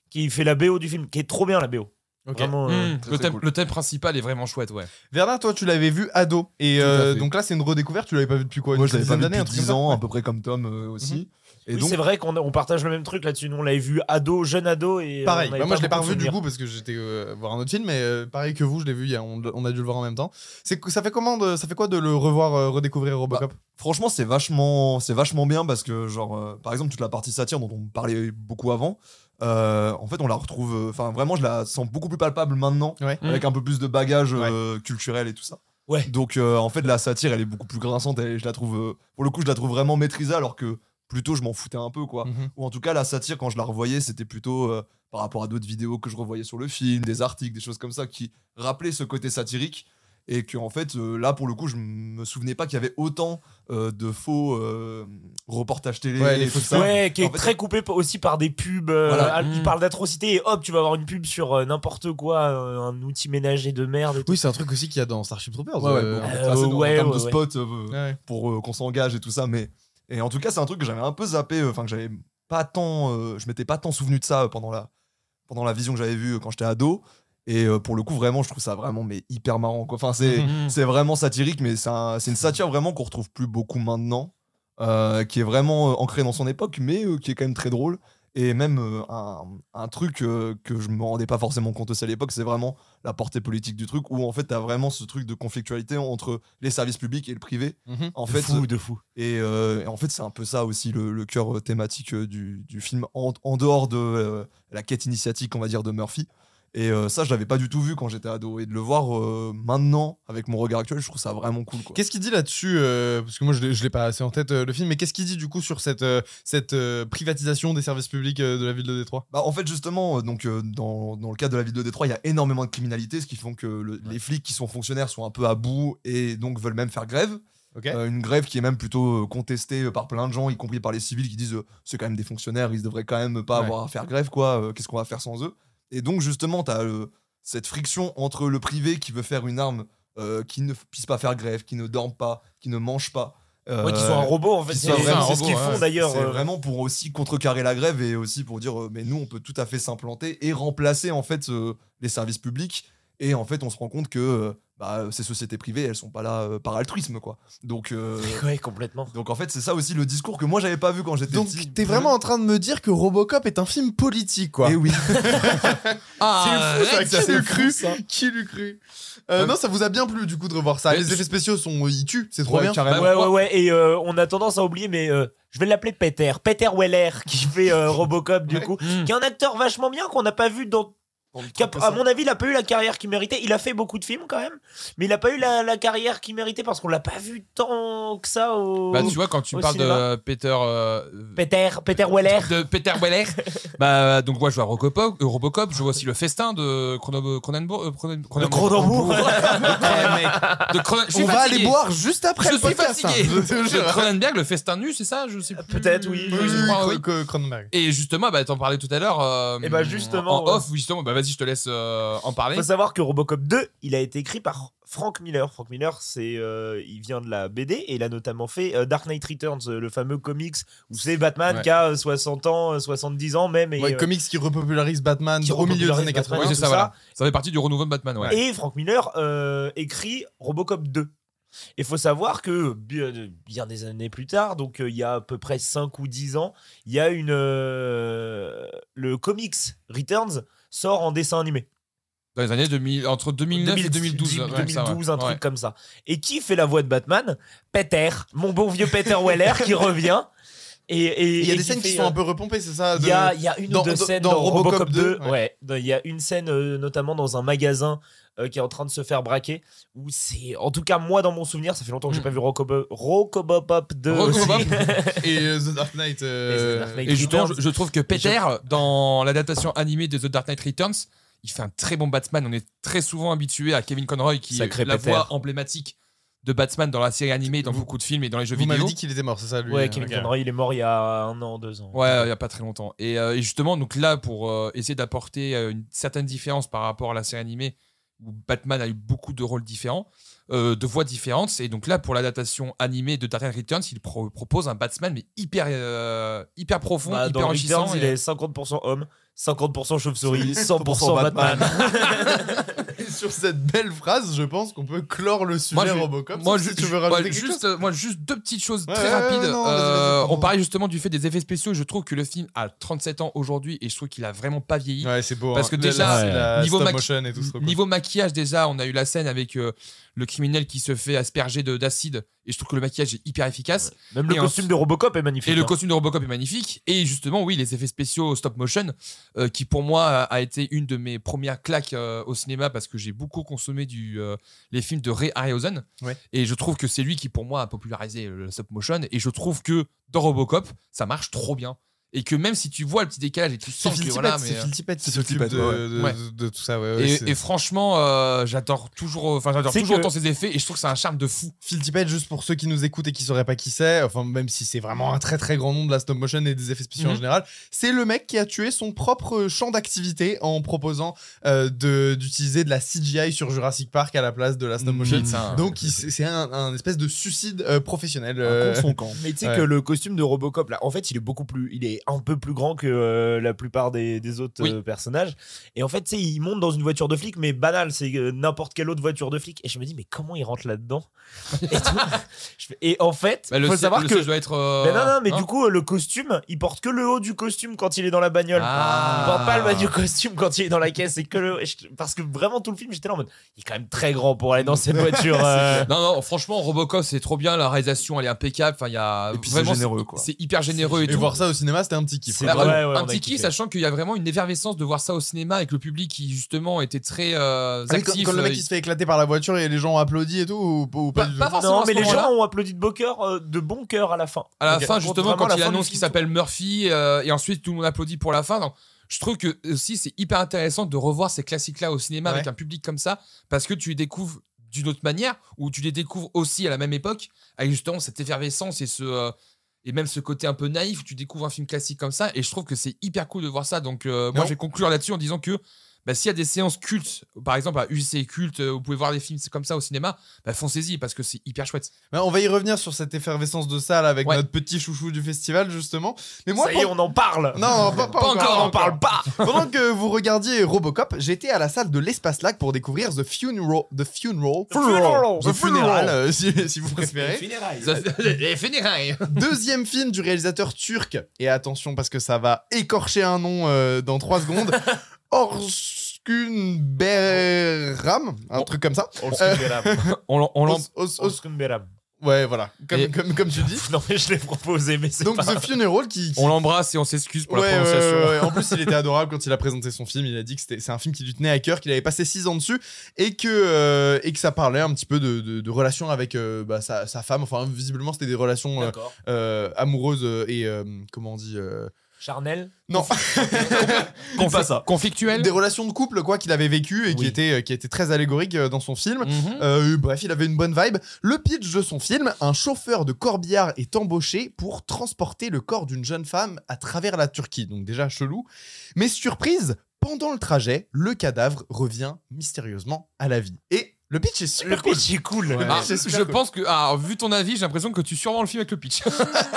Speaker 3: qui fait la BO du film, qui est trop bien la BO.
Speaker 2: Ok.
Speaker 3: Vraiment, euh,
Speaker 4: Mmh,
Speaker 5: très,
Speaker 4: le,
Speaker 5: très
Speaker 4: thème,
Speaker 5: cool.
Speaker 4: le thème principal est vraiment chouette, ouais.
Speaker 2: Bernard, toi, tu l'avais vu ado, et
Speaker 5: Tout à
Speaker 2: euh,
Speaker 5: fait.
Speaker 2: donc là, c'est une redécouverte. Tu l'avais pas vu depuis quoi
Speaker 5: Moi,
Speaker 2: une
Speaker 5: je l'avais pas
Speaker 2: dizaine
Speaker 5: vu
Speaker 2: d'années,
Speaker 5: depuis
Speaker 2: un truc
Speaker 5: 10
Speaker 2: comme ça Mhm.
Speaker 5: ans, à peu près comme Tom euh, aussi. Et
Speaker 3: oui,
Speaker 5: donc,
Speaker 3: c'est vrai qu'on on partage le même truc là-dessus. Nous, on l'avait vu ado, jeune ado. Et euh,
Speaker 2: Pareil,
Speaker 3: on avait
Speaker 2: Bah, moi je l'ai pas
Speaker 3: beaucoup de
Speaker 2: revu du
Speaker 3: souvenirs.
Speaker 2: coup parce que j'étais euh, voir un autre film, mais euh, pareil que vous, je l'ai vu, il y a- on, on a dû le voir en même temps. C'est que- ça fait comment, de- ça fait quoi de le revoir, euh, redécouvrir Robocop
Speaker 5: franchement, c'est vachement, c'est vachement bien parce que, genre, euh, par exemple, toute la partie satire dont on parlait beaucoup avant, euh, en fait, on la retrouve. euh, Enfin, vraiment, je la sens beaucoup plus palpable maintenant,
Speaker 2: Ouais.
Speaker 5: avec un peu plus de bagage euh, culturel et tout ça.
Speaker 3: Ouais.
Speaker 5: Donc, euh, en fait, la satire, elle est beaucoup plus grinçante. Et je la trouve, euh, pour le coup, je la trouve vraiment maîtrisée, alors que plutôt, je m'en foutais un peu, quoi.
Speaker 2: Mhm.
Speaker 5: Ou en tout cas, la satire, quand je la revoyais, c'était plutôt euh, par rapport à d'autres vidéos que je revoyais sur le film, des articles, des choses comme ça qui rappelaient ce côté satirique. et que en fait euh, là pour le coup je me souvenais pas qu'il y avait autant euh, de faux euh, reportages télé
Speaker 2: Ouais, les
Speaker 5: et
Speaker 2: faux
Speaker 5: tout ça.
Speaker 3: Ouais, qui est
Speaker 5: En fait,
Speaker 3: très coupé p- aussi par des pubs. euh,
Speaker 5: Voilà.
Speaker 3: ah, Il
Speaker 4: Mm.
Speaker 3: parle d'atrocité et hop, tu vas avoir une pub sur euh, n'importe quoi, euh, un outil ménager de merde. et tout.
Speaker 2: Oui, c'est un truc aussi qu'il y a dans Starship Troopers.
Speaker 5: ouais, ouais,
Speaker 2: euh,
Speaker 5: bon,
Speaker 3: euh,
Speaker 5: enfin, c'est dans-
Speaker 3: ouais,
Speaker 5: en termes
Speaker 3: ouais,
Speaker 5: de
Speaker 3: ouais.
Speaker 5: spot euh,
Speaker 2: ouais.
Speaker 5: pour euh, qu'on s'engage et tout ça mais et en tout cas c'est un truc que j'avais un peu zappé euh, enfin que j'avais pas tant euh, je m'étais pas tant souvenu de ça euh, pendant la pendant la vision que j'avais vue euh, quand j'étais ado et euh, pour le coup vraiment je trouve ça vraiment mais hyper marrant quoi enfin c'est
Speaker 4: Mhm.
Speaker 5: c'est vraiment satirique mais c'est un- c'est une satire vraiment qu'on retrouve plus beaucoup maintenant euh, qui est vraiment euh, ancrée dans son époque mais euh, qui est quand même très drôle et même euh, un, un truc euh, que je me rendais pas forcément compte aussi à l'époque c'est vraiment la portée politique du truc où en fait t'as vraiment ce truc de conflictualité entre les services publics et le privé
Speaker 2: Mhm.
Speaker 5: en
Speaker 3: De
Speaker 5: fait
Speaker 3: fou, de fou.
Speaker 5: et, euh, et en fait, c'est un peu ça aussi le, le cœur euh, thématique euh, du, du film, en, en dehors de euh, la quête initiatique, on va dire, de Murphy. Et euh, ça, je l'avais pas du tout vu quand j'étais ado. Et de le voir euh, maintenant, avec mon regard actuel, je trouve ça vraiment cool. Quoi.
Speaker 2: Qu'est-ce qu'il dit là-dessus euh, Parce que moi, je l'ai- je l'ai pas assez en tête euh, le film, mais qu'est-ce qu'il dit du coup sur cette, euh, cette euh, privatisation des services publics euh, de la ville de Détroit
Speaker 5: Bah, en fait, justement, euh, donc, euh, dans, dans le cas de la ville de Détroit, il y a énormément de criminalité, ce qui fait que le- les flics qui sont fonctionnaires sont un peu à bout et donc veulent même faire grève.
Speaker 2: Ok.
Speaker 5: Euh, une grève qui est même plutôt euh, contestée euh, par plein de gens, y compris par les civils qui disent euh, c'est quand même des fonctionnaires, ils devraient quand même pas
Speaker 2: Ouais.
Speaker 5: avoir à faire grève, quoi, euh, qu'est-ce qu'on va faire sans eux Et donc, justement, tu as cette friction entre le privé qui veut faire une arme euh, qui ne f- puisse pas faire grève, qui ne dorme pas, qui ne mange pas.
Speaker 3: Ouais, qui
Speaker 5: euh,
Speaker 3: sont un robot en fait.
Speaker 5: qui
Speaker 3: C'est
Speaker 5: sont
Speaker 3: c'est
Speaker 5: vraiment un
Speaker 3: ce qu'ils
Speaker 4: robot,
Speaker 3: font
Speaker 4: ouais.
Speaker 3: d'ailleurs.
Speaker 5: c'est
Speaker 3: euh,
Speaker 5: vraiment pour aussi contrecarrer la grève et aussi pour dire euh, mais nous on peut tout à fait s'implanter et remplacer en fait euh, les services publics et en fait on se rend compte que euh, bah, ces sociétés privées elles sont pas là euh, par altruisme quoi donc euh,
Speaker 3: (laughs)
Speaker 5: (laughs)
Speaker 3: Ouais, complètement.
Speaker 5: donc en fait c'est ça aussi le discours que moi j'avais pas vu quand j'étais
Speaker 2: Donc,
Speaker 5: petit
Speaker 2: t'es vraiment en train de me dire que Robocop est un film politique, quoi.
Speaker 5: et Eh oui
Speaker 4: Ah,
Speaker 2: C'est fou, ça,
Speaker 4: ouais,
Speaker 2: qui l'eût cru Qui l'eût cru Euh, Non, ça vous a bien plu du coup de revoir ça.
Speaker 4: Mais
Speaker 2: Bah, Les
Speaker 4: je-
Speaker 2: effets spéciaux sont, ils tuent, c'est trop
Speaker 5: Ouais,
Speaker 2: bien.
Speaker 5: carrément.
Speaker 3: Ouais, ouais,
Speaker 4: moi-
Speaker 3: ouais. Et euh, on a tendance à oublier, mais euh, je vais l'appeler Peter. Peter Weller, qui (laughs) fait euh, Robocop, du coup.
Speaker 4: Mm.
Speaker 3: Qui est un acteur vachement bien qu'on n'a pas vu dans. qui a- à mon avis, il a pas eu la carrière qu'il méritait. Il a fait beaucoup de films quand même, mais il a pas eu la, la carrière qu'il méritait parce qu'on l'a pas vu tant que ça au.
Speaker 4: Bah, tu vois, quand tu
Speaker 3: au
Speaker 4: me parles
Speaker 3: cinéma.
Speaker 4: de Peter. euh,
Speaker 3: Peter, Peter Weller.
Speaker 4: de Peter Weller. bah, donc, moi, je vois Robocop, euh, Robocop, je vois aussi le festin de Chrono- Cronenbourg. euh, Cronen-
Speaker 3: Le
Speaker 4: Cronenbourg.
Speaker 2: (laughs)
Speaker 3: Cronenbourg.
Speaker 4: Ouais, mec. De Cronen- je suis
Speaker 2: On va
Speaker 4: fatigué.
Speaker 2: aller boire juste après
Speaker 4: Je
Speaker 2: le
Speaker 4: suis
Speaker 2: podcast. hein. (laughs)
Speaker 4: fatigué.
Speaker 2: Je te
Speaker 4: De
Speaker 2: jure.
Speaker 4: Cronenberg, le festin nu, c'est ça Je sais plus.
Speaker 3: Peut-être, oui.
Speaker 2: Oui,
Speaker 4: je
Speaker 2: oui,
Speaker 4: crois, oui.
Speaker 2: oui, que- Cronenberg.
Speaker 4: Et justement, bah, t'en parlais tout à l'heure. euh,
Speaker 3: Eh ben, justement,
Speaker 4: En
Speaker 3: ouais.
Speaker 4: off, justement, bah, vas-y, je te laisse euh, en parler.
Speaker 3: faut savoir que Robocop 2, il a été écrit par Frank Miller. Frank Miller, c'est, euh, il vient de la BD et il a notamment fait euh, Dark Knight Returns, euh, le fameux comics où c'est Batman
Speaker 4: Ouais.
Speaker 3: qui a euh, 60 ans, euh, 70 ans même. Et,
Speaker 2: Ouais,
Speaker 3: euh,
Speaker 2: comics qui repopularise Batman
Speaker 3: qui
Speaker 2: au milieu des
Speaker 3: repopularise
Speaker 2: années 80.
Speaker 3: Batman.
Speaker 4: Oui, c'est
Speaker 3: tout
Speaker 4: ça,
Speaker 3: ça.
Speaker 4: voilà. Ça fait partie du renouveau de Batman, ouais.
Speaker 3: Et Frank Miller euh, écrit Robocop 2. Il faut savoir que bien, bien des années plus tard, donc euh, il y a à peu près 5 ou 10 ans, il y a une. euh, le comics Returns sort en dessin animé.
Speaker 4: Dans les années 2000, entre 2009 et 2012.
Speaker 3: 2010,
Speaker 4: ouais, comme ça, ouais.
Speaker 3: 2012, un truc
Speaker 4: Ouais.
Speaker 3: comme ça. Et qui fait la voix de Batman Peter, mon bon vieux
Speaker 4: (laughs)
Speaker 3: Peter Weller qui revient. Et et-
Speaker 2: Il y a
Speaker 3: et
Speaker 2: des
Speaker 3: qui
Speaker 2: scènes qui
Speaker 3: fait,
Speaker 2: sont
Speaker 3: euh,
Speaker 2: un peu repompées, c'est ça
Speaker 3: il
Speaker 2: de-
Speaker 3: y a, il y a une
Speaker 2: dans-
Speaker 3: ou deux
Speaker 2: dans-
Speaker 3: scènes
Speaker 2: dans
Speaker 3: dans, Robocop,
Speaker 2: Robocop 2,
Speaker 3: 2.
Speaker 2: ouais.
Speaker 3: ouais. Dans- Il y a une scène, euh, notamment dans un magasin euh, qui est en train de se faire braquer. Où c'est. En tout cas, moi, dans mon souvenir, ça fait longtemps que j'ai
Speaker 4: Mm.
Speaker 3: pas vu Rocobo- Robocop 2.
Speaker 4: Robocop.
Speaker 3: aussi.
Speaker 4: (laughs)
Speaker 2: Et euh, The Dark Knight. euh,
Speaker 3: Et The Dark Knight.
Speaker 4: Et justement, je,
Speaker 3: Returns.
Speaker 4: je trouve que Peter, dans l'adaptation animée de The Dark Knight Returns, il fait un très bon Batman. On est très souvent habitué à Kevin Conroy, qui
Speaker 3: Sacré
Speaker 4: est la
Speaker 3: Peter.
Speaker 4: voix emblématique de Batman dans la série animée, dans
Speaker 2: Vous-
Speaker 4: beaucoup de films et dans les jeux
Speaker 2: Vous m'avez
Speaker 4: vidéo.
Speaker 2: dit qu'il était mort, c'est ça lui
Speaker 3: (laughs) Ouais, Kevin
Speaker 2: Ok.
Speaker 3: Conroy, il est mort il y a un an, deux ans.
Speaker 4: Ouais, il n'y a pas très longtemps. Et, euh, et justement, donc là, pour euh, essayer d'apporter euh, une certaine différence par rapport à la série animée, où Batman a eu beaucoup de rôles différents, euh, de voix différentes. Et donc là, pour l'adaptation animée de Dark Knight Returns, il pro- propose un Batman, mais hyper, euh, hyper profond,
Speaker 3: Bah,
Speaker 4: hyper
Speaker 3: dans
Speaker 4: enrichissant.
Speaker 3: Returns, il
Speaker 4: et-
Speaker 3: est 50% homme, 50% chauve-souris, 100%
Speaker 5: 100%
Speaker 3: Batman.
Speaker 2: Et sur cette belle phrase, je pense qu'on peut clore le sujet
Speaker 4: Moi, je-
Speaker 2: Robocop.
Speaker 4: moi,
Speaker 2: sauf si
Speaker 4: ju-
Speaker 2: tu veux
Speaker 4: ju-
Speaker 2: rajouter
Speaker 4: ouais,
Speaker 2: quelque chose.
Speaker 4: juste, euh, moi, juste deux petites choses
Speaker 2: Ouais,
Speaker 4: très
Speaker 2: ouais, ouais,
Speaker 4: rapides.
Speaker 2: non, vas-y, vas-y,
Speaker 4: Euh,
Speaker 2: pardon.
Speaker 4: on parlait justement du fait des effets spéciaux. Je trouve que le film a 37 ans aujourd'hui et je trouve qu'il a vraiment pas vieilli.
Speaker 2: Ouais, c'est beau.
Speaker 4: Parce
Speaker 2: hein.
Speaker 4: que
Speaker 2: La-
Speaker 4: déjà,
Speaker 2: la- la
Speaker 4: niveau
Speaker 2: stop
Speaker 4: maqui-
Speaker 2: motion et tout, c'est trop cool.
Speaker 4: Niveau maquillage, déjà, on a eu la scène avec euh, le criminel qui se fait asperger de- d'acide et je trouve que le maquillage est hyper efficace.
Speaker 3: Même le
Speaker 4: Et
Speaker 3: costume de Robocop est magnifique.
Speaker 4: Et le
Speaker 3: hein.
Speaker 4: costume de Robocop est magnifique. Et justement, oui, les effets spéciaux stop motion, euh, qui pour moi a- a été une de mes premières claques euh, au cinéma parce que j'ai beaucoup consommé du, euh, les films de Ray Harryhausen.
Speaker 2: Ouais.
Speaker 4: Et je trouve que c'est lui qui pour moi a popularisé le stop motion. Et je trouve que dans Robocop, ça marche trop bien. et que même si tu vois le petit décalage et tu
Speaker 2: C'est
Speaker 4: sens que
Speaker 2: Phil
Speaker 4: voilà
Speaker 2: Tippett,
Speaker 4: mais
Speaker 2: c'est
Speaker 4: euh,
Speaker 2: Phil Tippett qui
Speaker 5: c'est Phil
Speaker 2: s'occupe de,
Speaker 5: Tippett, ouais,
Speaker 2: de-
Speaker 4: ouais.
Speaker 2: de- de tout ça. ouais, ouais, c'est-
Speaker 4: et, et franchement euh, j'adore toujours enfin j'adore
Speaker 3: C'est
Speaker 4: toujours
Speaker 3: que-
Speaker 4: autant ses effets et je trouve que c'est un charme de fou
Speaker 2: Phil Tippett, juste pour ceux qui nous écoutent et qui sauraient pas qui c'est, enfin même si c'est vraiment un très très grand nom de la stop motion et des effets spéciaux en
Speaker 4: Mhm.
Speaker 2: général, c'est le mec qui a tué son propre champ d'activité en proposant euh, de- d'utiliser de, la CGI sur Jurassic Park à la place de la stop motion.
Speaker 4: C'est un-
Speaker 2: Donc il- c'est c'est un, un espèce de suicide euh, professionnel.
Speaker 5: Un
Speaker 2: euh,
Speaker 5: con de son camp.
Speaker 3: Mais tu sais
Speaker 2: Ouais.
Speaker 3: que le costume de Robocop, là, en fait, il est beaucoup plus. Il est un peu plus grand que euh, la plupart des, des autres
Speaker 4: Oui.
Speaker 3: euh, personnages. Et en fait, tu sais, il monte dans une voiture de flic, mais banale, c'est euh, n'importe quelle autre voiture de flic. Et je me dis, mais comment il rentre là-dedans et, tout.
Speaker 4: (laughs)
Speaker 3: Je fais- et en fait,
Speaker 4: Bah, le
Speaker 3: faut
Speaker 4: siège-
Speaker 3: savoir
Speaker 4: le
Speaker 3: que.
Speaker 4: siège doit être euh,
Speaker 3: Mais non, non, mais du coup, euh, le costume, il porte que le haut du costume quand il est dans la bagnole.
Speaker 4: Ah.
Speaker 3: Il porte pas le bas du costume quand il est dans la caisse. C'est que le. et je- Parce que vraiment, tout le film, j'étais là en mode, il est quand même très grand pour aller
Speaker 4: (laughs)
Speaker 3: dans cette voiture. euh.
Speaker 4: non, non, franchement, Robocop, c'est trop bien. La réalisation, elle est impeccable. Enfin, il y a
Speaker 5: Et puis c'est
Speaker 4: vraiment,
Speaker 5: généreux, quoi.
Speaker 4: c'est hyper généreux et,
Speaker 2: Et
Speaker 4: tout.
Speaker 2: voir ça au cinéma, c'était un petit kiff.
Speaker 3: C'est
Speaker 4: Ah,
Speaker 3: vrai,
Speaker 4: vraiment,
Speaker 3: ouais, ouais, on
Speaker 4: un
Speaker 3: a
Speaker 4: petit kiff,
Speaker 3: kiffé.
Speaker 4: sachant qu'il y a vraiment une effervescence de voir ça au cinéma avec le public qui justement était très euh,
Speaker 2: Ah oui,
Speaker 4: actif.
Speaker 2: quand, quand le mec
Speaker 4: euh,
Speaker 2: il se fait éclater par la voiture et les gens applaudissent et tout, ou, ou pas,
Speaker 4: Pas-
Speaker 2: du
Speaker 4: pas
Speaker 2: tout
Speaker 4: forcément
Speaker 3: Non,
Speaker 4: Ah, à
Speaker 3: mais
Speaker 4: ce
Speaker 3: les
Speaker 4: moment-là.
Speaker 3: gens ont applaudi de, beau cœur, euh, de bon cœur à la fin.
Speaker 4: à la
Speaker 3: Ok.
Speaker 4: fin justement
Speaker 3: Vraiment,
Speaker 4: quand
Speaker 3: la
Speaker 4: il
Speaker 3: fin du
Speaker 4: annonce
Speaker 3: film,
Speaker 4: qu'il s'appelle Murphy euh, et ensuite tout le monde applaudit pour la fin. Donc, je trouve que euh, aussi c'est hyper intéressant de revoir ces classiques-là au cinéma
Speaker 2: Ouais.
Speaker 4: avec un public comme ça parce que tu les découvres d'une autre manière ou tu les découvres aussi à la même époque avec justement cette effervescence et ce euh, et même ce côté un peu naïf où tu découvres un film classique comme ça et je trouve que c'est hyper cool de voir ça. Donc euh, moi
Speaker 2: Non.
Speaker 4: je vais conclure là-dessus en disant que bah, s'il y a des séances cultes, par exemple à UC culte, euh, vous pouvez voir des films comme ça au cinéma, bah, foncez-y parce que c'est hyper chouette.
Speaker 2: Ouais, On va y revenir sur cette effervescence de salle avec
Speaker 4: Ouais.
Speaker 2: notre petit chouchou du festival, justement. Mais moi,
Speaker 3: Ça y est, on en parle.
Speaker 2: Non, pas,
Speaker 4: Pas
Speaker 2: pas encore,
Speaker 4: encore,
Speaker 2: pas
Speaker 4: on parle
Speaker 3: pas.
Speaker 2: Pendant que vous regardiez Robocop, j'étais à la salle de l'espace lac pour découvrir The Funeral. The Funeral.
Speaker 3: The Funeral.
Speaker 2: The Funeral,
Speaker 3: The Funeral.
Speaker 2: euh, si, si vous préférez.
Speaker 4: (laughs) Les funérailles.
Speaker 2: Deuxième film du réalisateur turc. Et attention, parce que ça va écorcher un nom euh, dans 3
Speaker 3: (laughs)
Speaker 2: secondes. Orskun Behram, un truc comme ça.
Speaker 4: On l'en- on l'en-
Speaker 2: Os- os- os- ouais, voilà, comme,
Speaker 4: Et-
Speaker 2: comme, comme tu dis.
Speaker 3: (laughs) Non, mais je l'ai proposé, mais (laughs) c'est
Speaker 2: Donc
Speaker 3: pas.
Speaker 2: The Funeral qui, qui
Speaker 4: On l'embrasse et on s'excuse pour
Speaker 2: Ouais,
Speaker 4: la prononciation. (laughs)
Speaker 2: ouais, ouais, ouais. En plus, il était adorable quand il a présenté son film. Il a dit que c'était, c'est un film qui lui tenait à cœur, qu'il avait passé 6 ans dessus et que, euh, et que ça parlait un petit peu de, de, de relations avec euh, bah, sa, sa femme. Enfin, visiblement, c'était des relations euh,
Speaker 3: D'accord.
Speaker 2: euh, amoureuses euh, et euh, comment on dit euh,
Speaker 3: Charnel. (laughs)
Speaker 2: Non,
Speaker 5: Dis pas ça.
Speaker 4: Conflictuel.
Speaker 2: des relations de couple quoi qu'il avait vécu et qui
Speaker 4: Oui.
Speaker 2: était qui était très allégorique euh, dans son film.
Speaker 4: Mhm.
Speaker 2: Euh, bref, il avait une bonne vibe. Le pitch de son film, un chauffeur de corbillard est embauché pour transporter le corps d'une jeune femme à travers la Turquie, donc déjà chelou. Mais surprise, pendant le trajet, le cadavre revient mystérieusement à la vie. Et le pitch est super
Speaker 3: Le
Speaker 2: cool.
Speaker 3: pitch est cool.
Speaker 2: Ouais.
Speaker 4: Ah,
Speaker 2: c'est super
Speaker 4: je
Speaker 2: cool.
Speaker 4: pense que, ah, vu ton avis, j'ai l'impression que tu survends le film avec le pitch.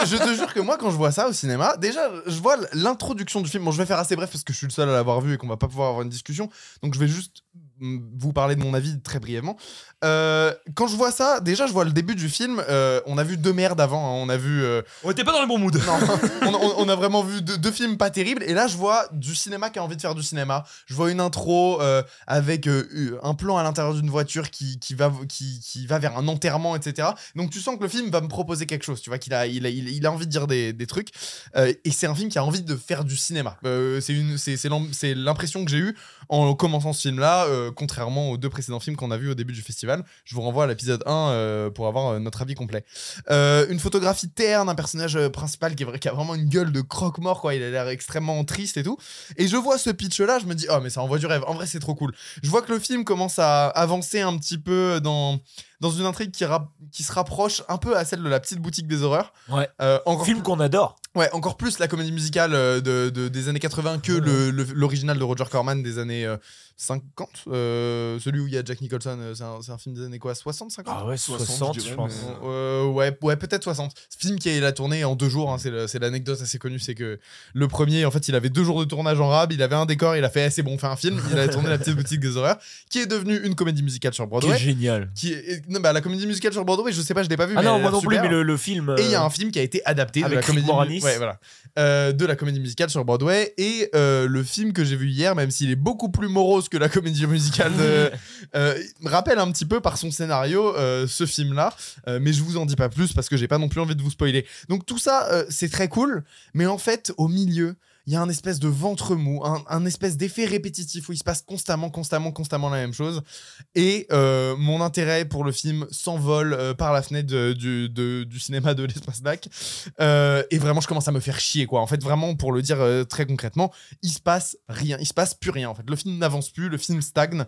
Speaker 2: je te jure que moi, quand je vois ça au cinéma, déjà, je vois l'introduction du film. Bon, je vais faire assez bref parce que je suis le seul à l'avoir vu et qu'on va pas pouvoir avoir une discussion. Donc, je vais juste mm, vous parler de mon avis très brièvement. Euh, quand je vois ça, déjà, je vois le début du film. Euh, on a vu deux merdes avant. hein. On a vu. euh,
Speaker 4: on était pas dans le bon mood.
Speaker 2: non, on, on- on a vraiment vu deux, deux films pas terribles. Et là, je vois du cinéma qui a envie de faire du cinéma. Je vois une intro euh, avec euh, un plan à l'intérieur d'une voiture qui, qui, va, qui, qui va vers un enterrement, etc. Donc tu sens que le film va me proposer quelque chose. Tu vois qu'il a, il a, il, il a envie de dire des, des trucs. Euh, et c'est un film qui a envie de faire du cinéma. Euh, c'est une- c'est- c'est l'am- c'est l'impression que j'ai eue en commençant ce film-là, euh, contrairement aux deux précédents films qu'on a vus au début du festival. Je vous renvoie à l'épisode 1 euh, pour avoir euh, notre avis complet. Euh, une photographie terne, un personnage euh, principal qui, est vrai- qui a vraiment une gueule de croque-mort, quoi. Il a l'air extrêmement triste et tout. Et je vois ce pitch-là, je me dis, oh, mais ça envoie du rêve. En vrai, c'est trop cool. Je vois que le film commence à avancer un petit peu dans, dans une intrigue qui, rap- qui se rapproche un peu à celle de la petite boutique des horreurs.
Speaker 3: Ouais.
Speaker 2: Euh, encore
Speaker 3: Film qu'on adore.
Speaker 2: Ouais, encore plus la comédie musicale euh, de, de- des années 80 que le- le- l'original de Roger Corman des années euh, 50. euh, celui où il y a Jack Nicholson, euh, c'est un, c'est un film des années quoi 60, 50
Speaker 3: Ah ouais,
Speaker 5: 60, je dirais, mais-
Speaker 2: Euh, ouais, ouais peut-être 60. Ce film qui a la tournée en deux jours, hein, c'est le- c'est l'anecdote assez connue, c'est que le premier, en fait, il avait deux jours de tournage en rab, il avait un décor, il a fait, eh, c'est bon, on fait un film, il a tourné La Petite Boutique des Horreurs, qui est devenue une comédie musicale sur
Speaker 3: Qui est
Speaker 2: Broadway.
Speaker 3: génial.
Speaker 2: Qui est- non, bah, la comédie musicale sur Broadway, je sais pas, je l'ai pas vu.
Speaker 3: Ah
Speaker 2: mais
Speaker 3: non,
Speaker 2: elle a
Speaker 3: moi
Speaker 2: l'air
Speaker 3: non plus,
Speaker 2: super.
Speaker 3: mais le, le film.
Speaker 2: Et il y a
Speaker 3: euh,
Speaker 2: un film qui a été adapté de
Speaker 3: avec
Speaker 2: la
Speaker 3: Rick
Speaker 2: comédie
Speaker 3: Moranis.
Speaker 2: ouais, voilà. Euh, de la comédie musicale sur Broadway et euh, le film que j'ai vu hier, même s'il est beaucoup plus morose que la comédie musicale, de, euh, il me rappelle un petit peu par son scénario euh, ce film-là, Euh, mais je vous en dis pas plus parce que j'ai pas non plus envie de vous spoiler. Donc tout ça, euh, c'est très cool, mais en fait, au milieu. il y a un espèce de ventre mou, un, un espèce d'effet répétitif où il se passe constamment, constamment, constamment la même chose. Et euh, mon intérêt pour le film s'envole euh, par la fenêtre de- du, de- du cinéma de l'espace DAC. Euh, et vraiment, je commence à me faire chier, quoi. En fait, vraiment, pour le dire euh, très concrètement, il se passe rien, il se passe plus rien. En fait, le film n'avance plus, le film stagne.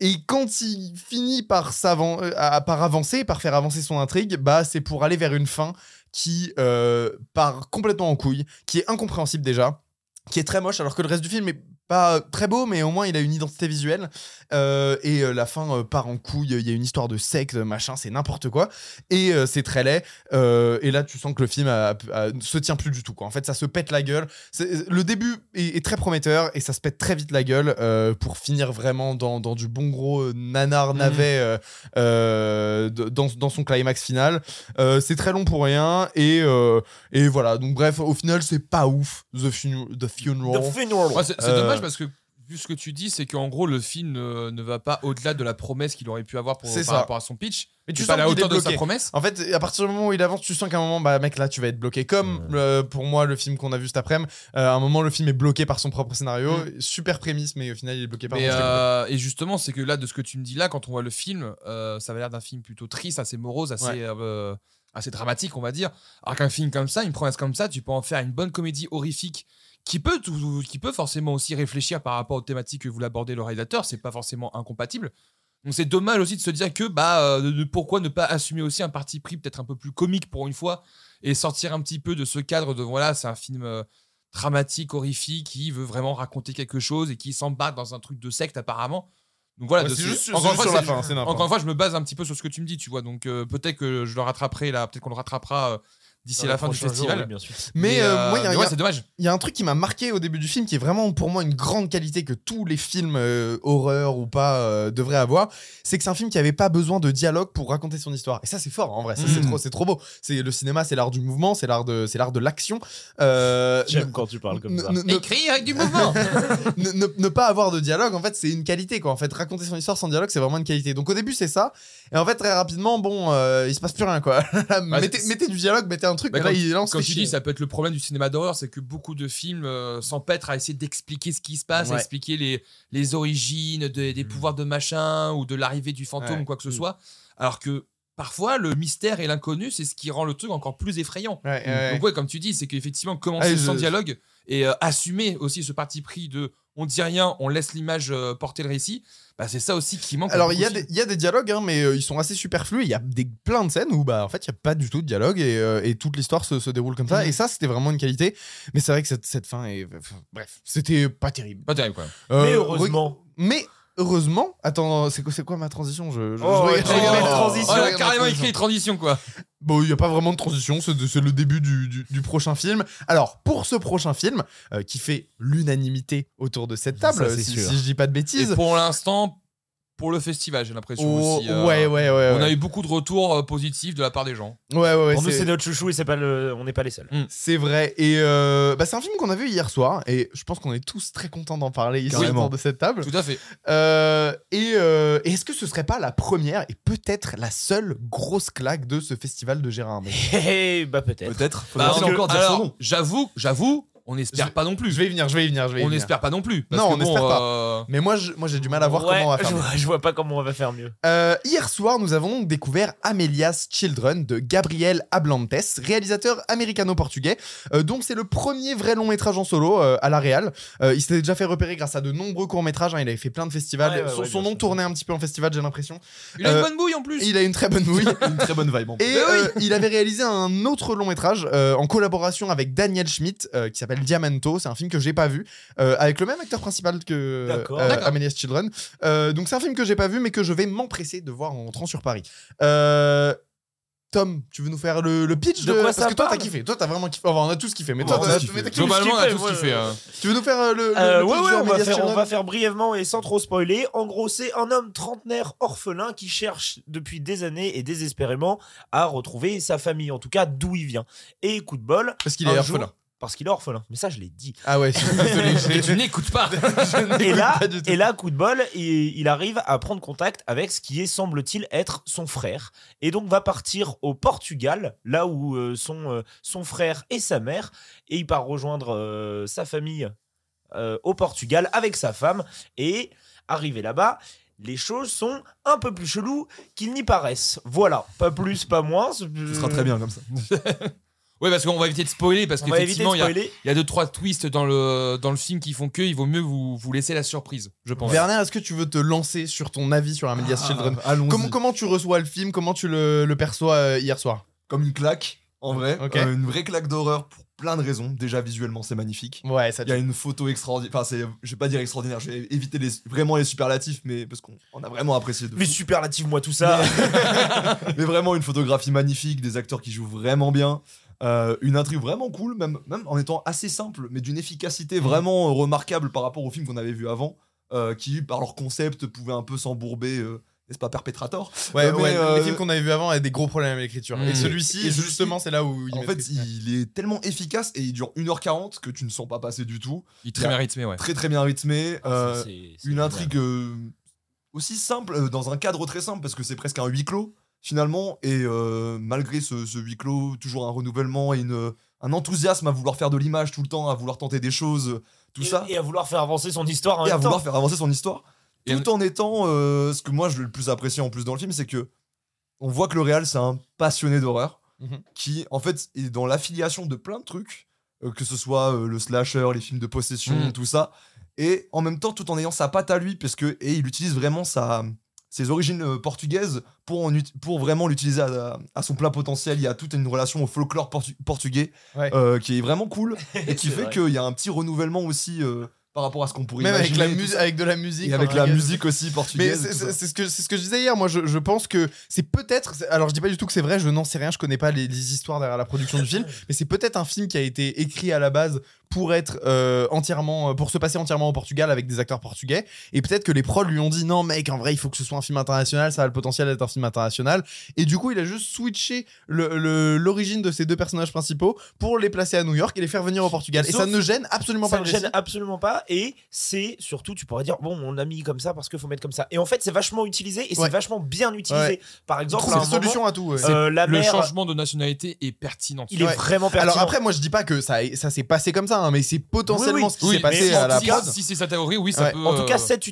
Speaker 2: Et quand il finit par, s'avan- euh, à- par avancer, par faire avancer son intrigue, bah c'est pour aller vers une fin qui euh, part complètement en couille, qui est incompréhensible déjà, qui est très moche, alors que le reste du film est pas très beau, mais au moins il a une identité visuelle. Euh, et euh, la fin euh, part en couille, il y a une histoire de secte, machin, c'est n'importe quoi. Et euh, c'est très laid. Euh, et là, tu sens que le film a- a- se tient plus du tout. Quoi. En fait, ça se pète la gueule. C'est- le début est, est très prometteur et ça se pète très vite la gueule euh, pour finir vraiment dans, dans du bon gros euh, nanar navet euh, euh, d- dans, dans son climax final. Euh, c'est très long pour rien et, euh, et voilà. Donc, bref, au final, c'est pas ouf. The, fun- the Funeral.
Speaker 3: The
Speaker 4: (laughs)
Speaker 3: funeral.
Speaker 4: Ouais, c'est c'est
Speaker 2: Euh.
Speaker 4: dommage parce que vu ce que tu dis, c'est qu'en gros le film ne, ne va pas au-delà de la promesse qu'il aurait pu avoir pour,
Speaker 2: C'est
Speaker 4: par
Speaker 2: ça.
Speaker 4: rapport à son pitch.
Speaker 2: Mais
Speaker 4: Tu
Speaker 2: tu
Speaker 4: pas à
Speaker 2: sens
Speaker 4: la
Speaker 2: qu'il est
Speaker 4: hauteur de sa
Speaker 2: bloqué.
Speaker 4: promesse.
Speaker 2: En fait, à partir du moment où il avance, tu sens qu'à un moment, bah mec, là, tu vas être bloqué. Comme euh, pour moi, le film qu'on a vu cet après-midi, euh, à un moment, le film est bloqué par son propre scénario. Super prémisse, mais au final, il est bloqué par
Speaker 4: Mais,
Speaker 2: son
Speaker 4: euh, et justement, c'est que là, de ce que tu me dis là, quand on voit le film, euh, ça va l'air d'un film plutôt triste, assez morose, assez,
Speaker 2: Ouais.
Speaker 4: euh, assez dramatique, on va dire. Alors qu'un film comme ça, une promesse comme ça, tu peux en faire une bonne comédie horrifique qui peut, tout- qui peut forcément aussi réfléchir par rapport aux thématiques que vous l'abordez, le réalisateur. C'est pas forcément incompatible. Donc c'est dommage aussi de se dire que bah euh, de- de- pourquoi ne pas assumer aussi un parti pris peut-être un peu plus comique pour une fois et sortir un petit peu de ce cadre de voilà c'est un film euh, dramatique horrifique qui veut vraiment raconter quelque chose et qui s'embarque dans un truc de secte apparemment. Donc voilà,
Speaker 2: Ouais,
Speaker 4: de-
Speaker 2: c'est
Speaker 4: c'est
Speaker 2: juste-
Speaker 4: juste-
Speaker 2: encore
Speaker 4: c'est-
Speaker 2: une fois, sur la
Speaker 4: c'est-
Speaker 2: fin, c'est n'importe.
Speaker 4: Encore une fois, je me base un petit peu sur ce que tu me dis, tu vois. Donc euh, peut-être que je le rattraperai là, peut-être qu'on le rattrapera euh, d'ici
Speaker 3: Dans
Speaker 4: la
Speaker 3: les
Speaker 4: fin du
Speaker 3: prochains jours,
Speaker 4: festival.
Speaker 3: ouais, bien sûr.
Speaker 2: Mais, euh, moi, il y a-
Speaker 4: mais
Speaker 2: il y a-
Speaker 4: ouais, c'est dommage.
Speaker 2: il y a un truc qui m'a marqué au début du film qui est vraiment pour moi une grande qualité que tous les films euh, horreur ou pas euh, devraient avoir c'est que c'est un film qui avait pas besoin de dialogue pour raconter son histoire et ça c'est fort en vrai Ça, c'est
Speaker 5: Mm.
Speaker 2: trop c'est trop beau c'est le cinéma c'est l'art du mouvement c'est l'art de c'est l'art de l'action Euh,
Speaker 3: J'aime quand tu parles comme
Speaker 2: ne-
Speaker 3: ça.
Speaker 2: ne- ne-
Speaker 4: Écrit avec
Speaker 2: (laughs)
Speaker 4: du mouvement.
Speaker 2: ne, ne- ne pas avoir de dialogue, en fait, c'est une qualité. Quoi. En fait, raconter son histoire sans dialogue, c'est vraiment une qualité. Donc au début, c'est ça. Et en fait, très rapidement, bon, euh, il se passe plus rien. quoi. mettez,
Speaker 4: c'est-
Speaker 2: mettez du dialogue, mettez un truc.
Speaker 4: Bah,
Speaker 2: mais
Speaker 4: quand-
Speaker 2: là, il lance
Speaker 4: Comme tu dis, ça peut être le problème du cinéma d'horreur, c'est que beaucoup de films euh, s'empêtrent à essayer d'expliquer ce qui se passe, à
Speaker 2: Ouais.
Speaker 4: expliquer les, les origines des, des pouvoirs de machin ou de l'arrivée du fantôme
Speaker 2: Mm. Ouais. Mm.
Speaker 4: ou quoi que ce soit. Alors que parfois, le mystère et l'inconnu, c'est ce qui rend le truc encore plus effrayant.
Speaker 2: Ouais, ouais,
Speaker 4: Donc, ouais, comme tu dis, c'est qu'effectivement, commencer
Speaker 2: Allez,
Speaker 4: sans
Speaker 2: je-
Speaker 4: dialogue et euh, assumer aussi ce parti pris de on dit rien, on laisse l'image euh, porter le récit, bah, c'est ça aussi qui manque. à
Speaker 2: Alors,
Speaker 4: beaucoup
Speaker 2: il y, a
Speaker 4: de
Speaker 2: des-
Speaker 4: films.
Speaker 2: il y a des dialogues, hein, mais euh, ils sont assez superflus. Il y a des, plein de scènes où, bah, en fait, il n'y a pas du tout de dialogue et, euh, et toute l'histoire se, se déroule comme ça.
Speaker 4: Mhm.
Speaker 2: Et ça, c'était vraiment une qualité. Mais c'est vrai que cette, cette fin est. Bref, c'était pas terrible.
Speaker 4: Pas terrible, quoi.
Speaker 3: Mais
Speaker 2: Euh,
Speaker 3: heureusement.
Speaker 2: re- Mais heureusement. Attends, c'est quoi, c'est quoi ma transition je, je-
Speaker 3: Oh,
Speaker 2: je
Speaker 3: ouais,
Speaker 2: regarde-
Speaker 3: t'as une
Speaker 2: je regarde-
Speaker 3: belle transition.
Speaker 2: je
Speaker 4: Oh, elle a
Speaker 2: regarde ma
Speaker 4: carrément
Speaker 2: transition.
Speaker 4: écrit les transitions, quoi.
Speaker 2: Bon, il n'y a pas vraiment de transition, c'est de- c'est le début du, du- du prochain film. Alors, pour ce prochain film, euh, qui fait l'unanimité autour de cette table,
Speaker 3: c'est
Speaker 2: si,
Speaker 3: sûr.
Speaker 2: si je dis pas de
Speaker 4: Et
Speaker 2: bêtises.
Speaker 4: pour l'instant, pour le festival, j'ai l'impression
Speaker 2: Oh,
Speaker 4: aussi. euh,
Speaker 2: ouais, ouais, ouais.
Speaker 4: On a
Speaker 2: ouais.
Speaker 4: eu beaucoup de retours euh, positifs de la part des gens.
Speaker 2: Ouais, ouais, ouais,
Speaker 3: Pour nous,
Speaker 2: c'est-
Speaker 3: c'est notre chouchou et c'est pas le... on n'est pas les (laughs) seuls.
Speaker 2: C'est vrai. Et euh, bah, c'est un film qu'on a vu hier soir. Et je pense qu'on est tous très contents d'en parler ici
Speaker 5: Carrément.
Speaker 2: autour de cette table.
Speaker 4: Tout à fait.
Speaker 2: Euh, et euh, et est-ce que ce serait pas la première et peut-être la seule grosse claque de ce festival de Gérard May
Speaker 3: Hé, hé, bah peut-être.
Speaker 5: Peut-être.
Speaker 4: Bah, parce
Speaker 5: Faudrait
Speaker 4: que-
Speaker 5: encore dire son
Speaker 4: alors,
Speaker 5: nom.
Speaker 4: j'avoue, j'avoue, on n'espère
Speaker 2: Je-
Speaker 4: pas non plus.
Speaker 2: Je vais y venir, je vais y venir, je vais y
Speaker 4: on
Speaker 2: venir.
Speaker 4: n'espère pas non plus.
Speaker 2: Non,
Speaker 4: que
Speaker 2: on n'espère pas.
Speaker 4: euh,
Speaker 2: Mais moi, je- moi j'ai du mal à voir
Speaker 3: Ouais,
Speaker 2: comment on va faire.
Speaker 3: Je vois, je vois pas comment on va faire mieux.
Speaker 2: Euh, hier soir, nous avons donc découvert Amelia's Children de Gabriel Ablantes, réalisateur américano-portugais, euh, dont c'est le premier vrai long métrage en solo euh, à la Real. Euh, il s'était déjà fait repérer grâce à de nombreux courts métrages, hein, il avait fait plein de festivals,
Speaker 3: Ouais, ouais,
Speaker 2: son,
Speaker 3: ouais,
Speaker 2: son
Speaker 3: bien
Speaker 2: nom
Speaker 3: sûr.
Speaker 2: tournait un petit peu en festival, j'ai l'impression.
Speaker 4: Il a une
Speaker 2: Euh,
Speaker 4: bonne bouille en plus.
Speaker 2: Il a une très bonne bouille.
Speaker 5: Une très bonne vibe. en
Speaker 2: Et
Speaker 5: plus.
Speaker 2: euh, il avait réalisé un autre long métrage euh, en collaboration avec Daniel Schmidt euh, qui s'appelle Diamanto. C'est un film que j'ai pas vu euh, avec le même acteur principal que euh,
Speaker 3: D'accord.
Speaker 2: euh,
Speaker 4: D'accord.
Speaker 2: Amelia's Children. Euh, donc c'est un film que j'ai pas vu mais que je vais m'empresser de voir en rentrant sur Paris. Euh, Tom, tu veux nous faire le, le pitch
Speaker 3: De quoi
Speaker 2: Parce
Speaker 3: ça
Speaker 2: que toi t'as
Speaker 3: parle
Speaker 2: kiffé, toi t'as vraiment kiffé. Enfin, on a tous kiffé, mais
Speaker 3: Oh,
Speaker 2: toi
Speaker 3: bah,
Speaker 5: On a
Speaker 2: t'as-
Speaker 5: tous kiffé.
Speaker 2: mais t'as kiffé.
Speaker 4: Globalement, on a
Speaker 3: je
Speaker 4: tout ce
Speaker 3: kiffe,
Speaker 4: qu'il fait.
Speaker 3: ouais,
Speaker 4: euh.
Speaker 2: Tu veux nous faire euh, le, le
Speaker 3: Euh,
Speaker 2: pitch
Speaker 3: ouais,
Speaker 2: de
Speaker 3: ouais, on va,
Speaker 2: Amelia's
Speaker 3: faire, on
Speaker 2: Children
Speaker 3: va faire brièvement et sans trop spoiler. En gros, c'est un homme trentenaire orphelin qui cherche depuis des années et désespérément à retrouver sa famille, en tout cas d'où il vient. Et coup de bol,
Speaker 2: Parce qu'il
Speaker 3: un
Speaker 2: est
Speaker 3: jour-
Speaker 2: orphelin.
Speaker 3: parce qu'il est orphelin. Mais ça, je l'ai dit.
Speaker 2: Ah ouais, je suis désolé,
Speaker 4: (laughs) Mais
Speaker 2: je- (laughs)
Speaker 4: tu n'écoutes pas.
Speaker 3: Et là,
Speaker 2: pas du tout.
Speaker 3: et là, coup de bol, il, il arrive à prendre contact avec ce qui est, semble-t-il, être son frère. Et donc va partir au Portugal, là où euh, sont euh, son frère et sa mère. Et il part rejoindre euh, sa famille euh, au Portugal avec sa femme. Et arrivé là-bas, les choses sont un peu plus cheloues qu'il n'y paraissent. Voilà, pas plus, pas moins. Ce
Speaker 5: Ce sera très bien comme ça.
Speaker 4: Ouais, parce qu'on va éviter de spoiler, parce
Speaker 3: On va éviter de
Speaker 4: qu'effectivement, il y a-
Speaker 3: spoiler.
Speaker 4: il y a deux, trois twists dans le, dans le film qui font que il vaut mieux vous, vous laisser la surprise, je pense.
Speaker 2: Bernard, est-ce que tu veux te lancer sur ton avis sur Amelia's Children
Speaker 5: Ah, allons-y.
Speaker 2: comment, comment tu reçois le film Comment tu le, le perçois euh, hier soir
Speaker 5: Comme une claque, en vrai.
Speaker 2: Ok.
Speaker 5: Euh, une vraie claque d'horreur pour plein de raisons. Déjà, visuellement, c'est magnifique.
Speaker 2: Ouais, ça
Speaker 5: Il y a une photo extraordinaire. Enfin, c'est, je vais pas dire extraordinaire, je vais éviter les, vraiment les superlatifs, mais parce qu'on on a vraiment apprécié. De
Speaker 3: Mais
Speaker 5: fou.
Speaker 3: superlative, moi, tout ça.
Speaker 5: mais vraiment une photographie magnifique, des acteurs qui jouent vraiment bien, euh, une intrigue vraiment cool, même, même en étant assez simple, mais d'une efficacité
Speaker 3: Mm.
Speaker 5: vraiment euh, remarquable par rapport au film qu'on avait vu avant, euh, qui par leur concept pouvait un peu s'embourber, euh, n'est-ce pas, perpétrator.
Speaker 2: Ouais,
Speaker 5: Euh, mais,
Speaker 2: ouais,
Speaker 5: euh, Hmm.
Speaker 2: les films qu'on avait vus avant avaient des gros problèmes avec l'écriture.
Speaker 4: Mmh.
Speaker 2: Et celui-ci,
Speaker 5: Et celui-ci,
Speaker 2: justement, c'est là où il
Speaker 5: En fait,
Speaker 2: maîtrise.
Speaker 5: il est tellement efficace et il dure 1h40 que tu ne sens pas passer du tout.
Speaker 4: Il est très bien rythmé, ouais.
Speaker 5: Très très bien rythmé. (laughs) euh,
Speaker 3: Ah, C'est- c'est-
Speaker 5: une intrigue euh, aussi simple, euh, dans un cadre très simple, parce que c'est presque un huis clos, finalement. Et euh, malgré ce, ce huis clos, toujours un renouvellement et une, un enthousiasme à vouloir faire de l'image tout le temps, à vouloir tenter des choses, euh, tout
Speaker 3: et,
Speaker 5: ça.
Speaker 3: et à vouloir faire avancer son histoire en
Speaker 5: Et, à
Speaker 3: même temps.
Speaker 5: vouloir faire avancer son histoire.
Speaker 4: Et-
Speaker 5: tout en étant. euh, ce que moi, je le plus apprécié en plus dans le film, c'est que on voit que le réal, c'est un passionné d'horreur,
Speaker 2: Mhm.
Speaker 5: qui, en fait, est dans l'affiliation de plein de trucs, euh, que ce soit euh, le slasher, les films de possession,
Speaker 4: Mhm.
Speaker 5: tout ça et en même temps tout en ayant sa patte à lui parce que et il utilise vraiment sa ses origines euh, portugaises pour, en ut- pour vraiment l'utiliser à, à son plein potentiel. Il y a toute une relation au folklore portu- portugais
Speaker 2: Ouais.
Speaker 5: euh, qui est vraiment
Speaker 3: (laughs)
Speaker 5: cool et qui
Speaker 3: C'est
Speaker 5: fait
Speaker 3: vrai.
Speaker 5: qu'il y a un petit renouvellement aussi euh, par rapport à ce qu'on pourrait
Speaker 2: Même avec,
Speaker 5: imaginer.
Speaker 2: la mus- avec de la musique.
Speaker 5: et avec
Speaker 2: enfin,
Speaker 5: la
Speaker 2: gars,
Speaker 5: musique aussi
Speaker 2: Mais
Speaker 5: portugaise.
Speaker 2: c'est
Speaker 5: tout
Speaker 2: c'est-
Speaker 5: ça.
Speaker 2: c'est ce que c'est ce que je disais hier. Moi, je, je pense que c'est peut-être. c'est- Alors, je dis pas du tout que c'est vrai. Je n'en sais rien. Je connais pas les, les histoires derrière la production du film. Mais c'est peut-être un film qui a été écrit à la base pour être euh, entièrement, pour se passer entièrement au Portugal avec des acteurs portugais. Et peut-être que les prods lui ont dit non, mec, en vrai, il faut que ce soit un film international. Ça a le potentiel d'être un film international. Et du coup, il a juste switché le- le- l'origine de ces deux personnages principaux pour les placer à New York et les faire venir au Portugal. et
Speaker 3: Sauf-
Speaker 2: ça ne gêne absolument
Speaker 3: ça
Speaker 2: pas.
Speaker 3: ne
Speaker 2: le
Speaker 3: gêne
Speaker 2: récit.
Speaker 3: absolument pas et c'est surtout tu pourrais dire bon on l'a mis comme ça parce qu'il faut mettre comme ça et en fait c'est vachement utilisé et
Speaker 2: Ouais.
Speaker 3: c'est vachement bien utilisé
Speaker 2: Ouais.
Speaker 3: par
Speaker 2: Il
Speaker 3: exemple
Speaker 2: trouve
Speaker 3: à
Speaker 2: des
Speaker 3: un moment,
Speaker 2: solutions à tout. ouais.
Speaker 3: euh, la
Speaker 4: Le
Speaker 3: mère
Speaker 4: changement de nationalité est pertinent.
Speaker 3: il est
Speaker 2: Ouais.
Speaker 3: vraiment pertinent
Speaker 2: Alors après, moi je dis pas que ça, ça s'est passé comme ça, hein, mais c'est potentiellement
Speaker 3: Oui, oui.
Speaker 2: ce qui
Speaker 4: Oui,
Speaker 2: s'est passé
Speaker 4: mais
Speaker 2: à la
Speaker 4: si,
Speaker 2: prod.
Speaker 4: si c'est sa théorie, oui, ça
Speaker 2: Ouais.
Speaker 4: peut.
Speaker 3: en tout
Speaker 4: euh,
Speaker 3: cas, cette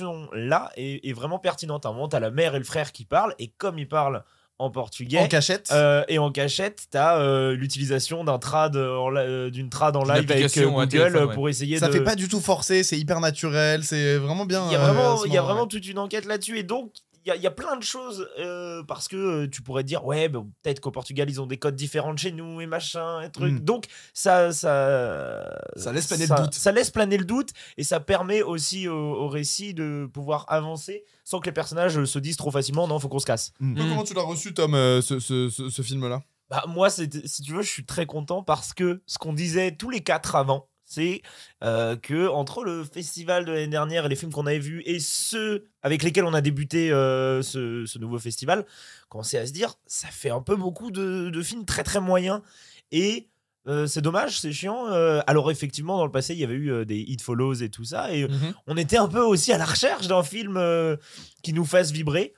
Speaker 3: utilisation-là est, est vraiment pertinente. À un moment, t'as la mère et le frère qui parlent, et comme ils parlent en portugais,
Speaker 2: En cachette.
Speaker 3: euh, et en cachette, t'as euh, l'utilisation d'un trad, euh, en la- euh, d'une trad en
Speaker 4: D'une
Speaker 3: live avec euh,
Speaker 4: application, un
Speaker 3: Google
Speaker 4: téléphone, ouais.
Speaker 3: pour essayer
Speaker 2: ça
Speaker 3: de.
Speaker 2: fait pas du tout forcé, c'est hyper naturel, c'est vraiment
Speaker 5: hein,
Speaker 2: bien.
Speaker 3: Il y a
Speaker 2: euh, à
Speaker 3: vraiment,
Speaker 2: ce
Speaker 3: il y a
Speaker 2: moment,
Speaker 3: vraiment toute une enquête là-dessus. Et donc, il y a, il y a plein de choses euh, parce que euh, tu pourrais dire, ouais, ben, peut-être qu'au Portugal, ils ont des codes différents de chez nous et machin et truc.
Speaker 5: Mm.
Speaker 3: Donc, ça, ça,
Speaker 5: Ça laisse planer le doute.
Speaker 3: Ça laisse planer le doute et ça permet aussi au, au récit de pouvoir avancer sans que les personnages euh, se disent trop facilement, non, faut qu'on se casse.
Speaker 2: ouais. Donc,
Speaker 4: Mm.
Speaker 2: Comment tu l'as reçu, Tom, euh, ce, ce- ce- ce film-là
Speaker 3: Bah, moi, c'est- si tu veux, je suis très content parce que ce qu'on disait tous les quatre avant, c'est euh, que entre le festival de l'année dernière et les films qu'on avait vus et ceux avec lesquels on a débuté euh, ce, ce nouveau festival, on commençait à se dire, ça fait un peu beaucoup de, de films très très moyens. Et euh, c'est dommage, c'est chiant. Euh, alors effectivement, dans le passé, il y avait eu euh, des Hit Follows et tout ça. Et on était un peu aussi à la recherche d'un film euh, qui nous fasse vibrer.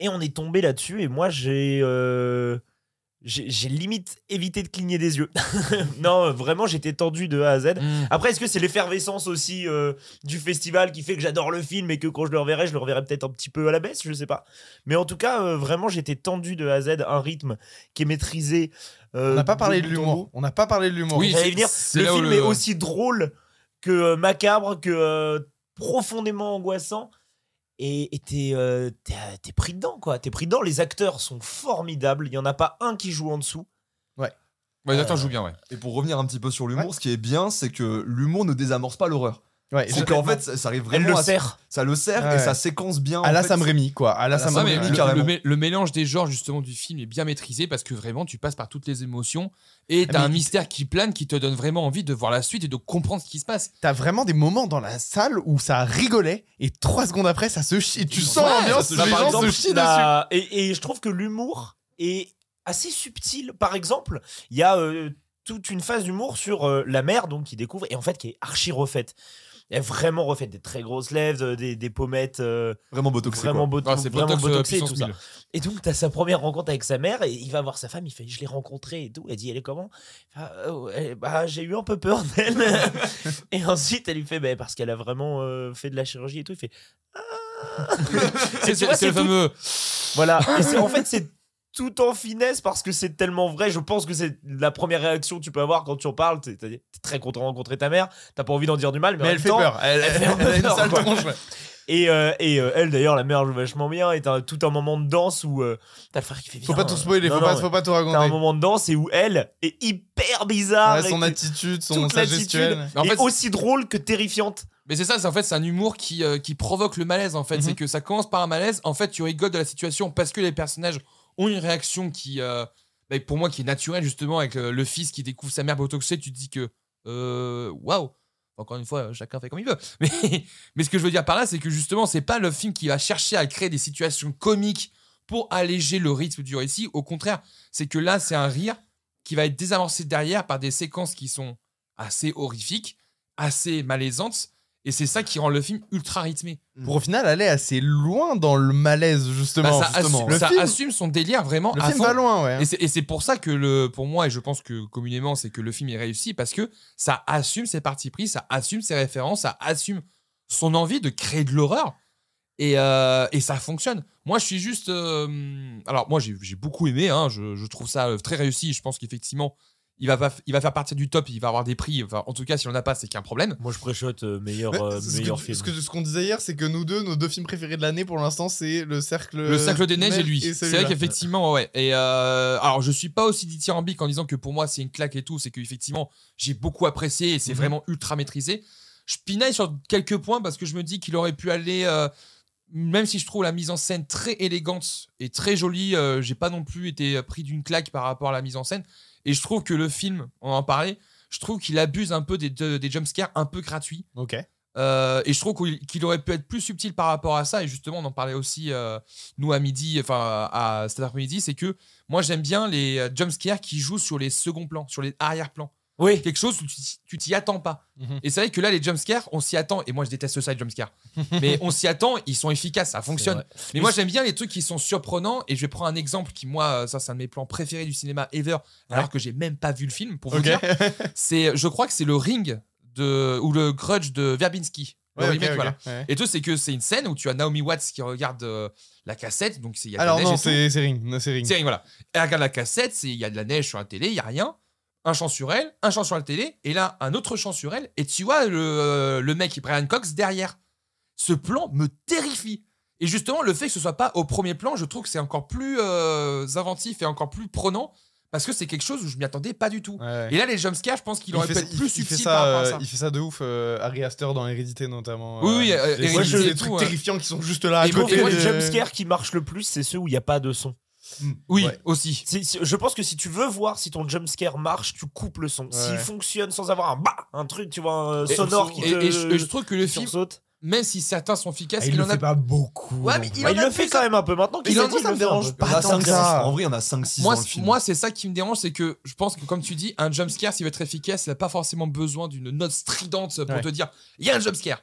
Speaker 3: Et on est tombé là-dessus. Et moi, j'ai. euh, j'ai j'ai limite évité de cligner des yeux. (laughs) non, vraiment, j'étais tendu de A à Z.
Speaker 4: mm.
Speaker 3: Après, est-ce que c'est l'effervescence aussi euh, du festival qui fait que j'adore le film et que quand je le reverrai, je le reverrai peut-être un petit peu à la baisse, je sais pas. Mais en tout cas, euh, vraiment, j'étais tendu de A à Z. Un rythme qui est maîtrisé. euh,
Speaker 2: On n'a pas parlé de
Speaker 3: bout en bout.
Speaker 2: l'humour. On n'a pas parlé de l'humour.
Speaker 4: Oui,
Speaker 3: J'allais
Speaker 4: c'est-
Speaker 3: venir.
Speaker 4: c'est
Speaker 3: Le
Speaker 4: là où
Speaker 3: film
Speaker 4: le-
Speaker 3: est aussi drôle que euh, macabre, que euh, profondément angoissant. Et et t'es euh, t'es- t'es pris dedans, quoi. T'es pris dedans. Les acteurs sont formidables. Il n'y en a pas un qui joue en dessous. euh,
Speaker 4: Ouais, attends, je joue bien, ouais.
Speaker 5: Et pour revenir un petit peu sur l'humour, ce qui est bien, c'est que l'humour ne désamorce pas l'horreur.
Speaker 2: Ouais,
Speaker 5: C'est qu'en fait, ça ça arrive
Speaker 3: Elle
Speaker 5: vraiment
Speaker 3: le
Speaker 5: à-
Speaker 3: sert.
Speaker 5: ça le sert
Speaker 2: Ouais. Ah,
Speaker 5: et ça séquence bien.
Speaker 2: à
Speaker 5: en
Speaker 2: la
Speaker 5: fait.
Speaker 2: Sam Raimi, quoi. À la
Speaker 5: À la
Speaker 2: Sam
Speaker 5: Sam
Speaker 2: Raimi.
Speaker 5: Raimi,
Speaker 4: le-
Speaker 2: Le-
Speaker 5: carrément.
Speaker 4: le, mé- le mélange des genres justement du film est bien maîtrisé parce que vraiment tu passes par toutes les émotions et
Speaker 3: Ah,
Speaker 4: t'as
Speaker 2: mais-
Speaker 4: un mystère qui plane qui te donne vraiment envie de voir la suite et de comprendre ce qui se passe.
Speaker 2: T'as vraiment des moments dans la salle où ça rigolait et trois secondes après, ça se chie. Tu sens
Speaker 4: Ouais,
Speaker 2: l'ambiance,
Speaker 4: ça
Speaker 2: les
Speaker 4: se- par
Speaker 2: gens se
Speaker 4: exemple,
Speaker 2: chient dessus.
Speaker 3: la- Et, et je trouve que l'humour est assez subtil. Par exemple, il y a euh, toute une phase d'humour sur euh, la mère, donc qui découvre, et en fait qui est archi refaite. Elle est vraiment refaite, des très grosses lèvres, euh, des, des pommettes euh,
Speaker 5: Vraiment botoxé.
Speaker 3: vraiment,
Speaker 5: quoi.
Speaker 3: bot-
Speaker 4: Ah, c'est
Speaker 3: vraiment
Speaker 4: Botox, euh,
Speaker 3: botoxées et
Speaker 4: puissance
Speaker 3: tout ça.
Speaker 4: 1000.
Speaker 3: Et donc, tu as sa première rencontre avec sa mère, et il va voir sa femme, il fait Je l'ai rencontrée et tout. Elle dit Elle est comment Il fait, Ah, oh, elle- bah, J'ai eu un peu peur d'elle. et ensuite, elle lui fait bah, Parce qu'elle a vraiment euh, fait de la chirurgie et tout. Il fait Ah. Et
Speaker 4: C'est
Speaker 3: tu vois,
Speaker 4: c'est le
Speaker 3: tout-
Speaker 4: fameux.
Speaker 3: voilà. Et c'est- en fait, c'est tout en finesse parce que c'est tellement vrai. Je pense que c'est la première réaction que tu peux avoir quand tu en parles. T'es t'es- t'es très content de rencontrer ta mère. T'as pas envie d'en dire du mal, mais,
Speaker 2: Mais
Speaker 3: en
Speaker 2: elle
Speaker 3: même
Speaker 2: fait
Speaker 3: temps-
Speaker 2: peur. Elle, elle
Speaker 3: fait un peu
Speaker 2: a une
Speaker 3: peur,
Speaker 2: sale
Speaker 3: quoi.
Speaker 2: tronche, ouais.
Speaker 3: Et, euh, et euh, elle, d'ailleurs, la mère joue vachement bien. Et t'as tout un moment de danse où euh, t'as le frère qui fait
Speaker 2: Faut
Speaker 3: Viens,
Speaker 2: pas tout
Speaker 3: euh,
Speaker 2: spoiler,
Speaker 3: non,
Speaker 2: faut,
Speaker 3: non,
Speaker 2: pas,
Speaker 3: mais
Speaker 2: faut pas tout
Speaker 3: T'as un
Speaker 2: raconter.
Speaker 3: moment de danse et où elle est hyper bizarre.
Speaker 2: Ouais,
Speaker 3: et
Speaker 2: son
Speaker 3: que-
Speaker 2: attitude, son,
Speaker 3: toute
Speaker 2: sa
Speaker 3: l'attitude.
Speaker 2: gestuelle.
Speaker 4: Mais en
Speaker 3: et
Speaker 4: fait,
Speaker 3: aussi drôle que terrifiante.
Speaker 4: Mais c'est ça, c'est en fait c'est un humour qui, euh, qui provoque le malaise en fait.
Speaker 2: Mhm.
Speaker 4: C'est que ça commence par un malaise, en fait tu rigoles de la situation parce que les personnages ont une réaction qui, euh, bah, pour moi, qui est naturelle justement avec euh, le fils qui découvre sa mère botoxée, tu te dis que euh, waouh. Encore une fois, euh, chacun fait comme il veut. (laughs) Mais, mais ce que je veux dire par là, c'est que justement, c'est pas le film qui va chercher à créer des situations comiques pour alléger le rythme du récit. Au contraire, c'est que là, c'est un rire qui va être désamorcé derrière par des séquences qui sont assez horrifiques, assez malaisantes. Et c'est ça qui rend le film ultra rythmé.
Speaker 2: Pour au final aller assez loin dans le malaise, justement.
Speaker 4: Bah, ça
Speaker 2: justement.
Speaker 4: assu-
Speaker 2: le
Speaker 4: ça
Speaker 2: film,
Speaker 4: assume son délire vraiment
Speaker 2: le
Speaker 4: à
Speaker 2: film
Speaker 4: fond.
Speaker 2: va loin, hein. ouais.
Speaker 4: Et c'est- Et c'est pour ça que, le, pour moi, et je pense que communément, c'est que le film est réussi parce que ça assume ses partis pris, ça assume ses références, ça assume son envie de créer de l'horreur. Et, euh, et ça fonctionne. Moi, je suis juste. euh, alors, moi, j'ai j'ai beaucoup aimé. hein, je, je trouve ça euh, très réussi. Je pense qu'effectivement, il, va pas f- il va faire partie du top. Il va avoir des prix. Enfin, en tout cas, si on n'a pas, c'est qu'il y a un problème.
Speaker 3: Moi, je préchote euh, meilleur,
Speaker 2: Ouais,
Speaker 4: euh,
Speaker 2: ce, que, ce que- ce qu'on disait hier, c'est que nous deux, nos deux films préférés de l'année pour l'instant, c'est Le Cercle.
Speaker 4: Le cercle des neiges et lui. C'est vrai
Speaker 2: celui-là.
Speaker 4: qu'effectivement, ouais. Et euh, alors, je suis pas aussi dithyrambique en disant que pour moi c'est une claque et tout. C'est qu'effectivement, j'ai beaucoup apprécié et c'est
Speaker 2: Mhm.
Speaker 4: vraiment ultra maîtrisé. Je pinaille sur quelques points parce que je me dis qu'il aurait pu aller. euh, même si je trouve la mise en scène très élégante et très jolie, euh, j'ai pas non plus été euh, pris d'une claque par rapport à la mise en scène. Et je trouve que le film, on en parlait, je trouve qu'il abuse un peu des, de- des jumpscares un peu gratuits.
Speaker 2: Ok.
Speaker 4: Euh, et je trouve qu'il qu'il aurait pu être plus subtil par rapport à ça. Et justement, on en parlait aussi, euh, nous, à midi, enfin, à cet après-midi, c'est que moi, j'aime bien les euh, jumpscares qui jouent sur les seconds plans, sur les arrière-plans.
Speaker 3: Oui.
Speaker 4: Quelque chose où tu tu t'y attends pas.
Speaker 2: Mhm.
Speaker 4: Et c'est vrai que là, les jumpscares, on s'y attend. Et moi, je déteste ça, les
Speaker 2: (laughs)
Speaker 4: jumpscares. Mais on s'y attend, ils sont efficaces, ça fonctionne. Mais moi, j'aime bien les trucs qui sont surprenants. Et je vais prendre un exemple qui, moi, euh, ça, c'est un de mes plans préférés du cinéma ever, alors que j'ai même pas vu le film, pour vous
Speaker 2: Ok.
Speaker 4: dire.
Speaker 2: (laughs)
Speaker 4: C'est, je crois que c'est le ring de, ou le grudge de Verbinski. Le
Speaker 2: Ouais, ok,
Speaker 4: remake,
Speaker 2: ok,
Speaker 4: voilà.
Speaker 2: ouais.
Speaker 4: Et tout, c'est que c'est une scène où tu as Naomi Watts qui regarde euh, la cassette, donc c'est- il y a de
Speaker 2: Alors
Speaker 4: la neige
Speaker 2: non,
Speaker 4: et tout.
Speaker 2: c'est c'est Ring. non, c'est Ring.
Speaker 4: C'est- voilà. Elle regarde la cassette, c'est- il y a de la neige sur la télé, il y a rien. Un chant sur elle, un chant sur la télé, et là, un autre chant sur elle, et tu vois le, euh, le mec, Brian Cox, derrière. Ce plan me terrifie. Et justement, le fait que ce soit pas au premier plan, je trouve que c'est encore plus euh, inventif et encore plus prenant, parce que c'est quelque chose où je m'y attendais pas du tout.
Speaker 2: Ouais, ouais.
Speaker 4: Et là, les jumpscares, je pense qu'il
Speaker 2: Il
Speaker 4: aurait
Speaker 2: fait
Speaker 4: pu
Speaker 2: ça-
Speaker 4: être plus
Speaker 2: il- il fait
Speaker 4: subtil
Speaker 2: ça,
Speaker 4: par rapport à
Speaker 2: euh,
Speaker 4: ça.
Speaker 2: Il fait ça de ouf, euh, Harry Astor dans Hérédité notamment.
Speaker 4: Oui, oui, euh,
Speaker 2: les,
Speaker 4: Hérédité
Speaker 2: les
Speaker 4: et
Speaker 2: trucs
Speaker 4: tout, hein.
Speaker 2: terrifiants qui sont juste là à
Speaker 4: Et moi,
Speaker 2: côté.
Speaker 4: et
Speaker 3: moi,
Speaker 2: de- Ah,
Speaker 3: les jumpscares qui marchent le plus, c'est ceux où il n'y a pas de son.
Speaker 4: Oui,
Speaker 2: Ouais.
Speaker 4: aussi.
Speaker 3: Si- si- je pense que si tu veux voir si ton jumpscare marche, tu coupes le son. S'il
Speaker 2: Ouais.
Speaker 3: fonctionne sans avoir un bah, un truc, tu vois, un
Speaker 4: Et-
Speaker 3: sonore qui
Speaker 4: et,
Speaker 3: te
Speaker 4: et je, et je trouve que le
Speaker 3: qui
Speaker 4: film,
Speaker 3: sursaute.
Speaker 4: même si certains sont efficaces,
Speaker 2: Ah,
Speaker 4: il,
Speaker 2: il le
Speaker 4: en a
Speaker 2: fait pas beaucoup.
Speaker 4: Ouais, mais
Speaker 3: Bah,
Speaker 4: en
Speaker 3: il
Speaker 4: a
Speaker 3: le fait
Speaker 4: plus
Speaker 3: quand même un peu maintenant. qu'il
Speaker 4: Il en
Speaker 3: l'a dit,
Speaker 4: dit, ça
Speaker 3: il
Speaker 4: me
Speaker 3: fait un
Speaker 4: dérange
Speaker 3: peu.
Speaker 5: On a
Speaker 2: tant que
Speaker 5: 5-6.
Speaker 2: ça.
Speaker 5: En vrai, on a 5-6
Speaker 4: moi,
Speaker 5: dans le
Speaker 4: c'est-
Speaker 5: film.
Speaker 4: moi, c'est ça qui me dérange, c'est que je pense que, comme tu dis, un jumpscare, s'il veut être efficace, il n'a pas forcément besoin d'une note stridente pour
Speaker 2: Ouais.
Speaker 4: te dire il y a un jumpscare.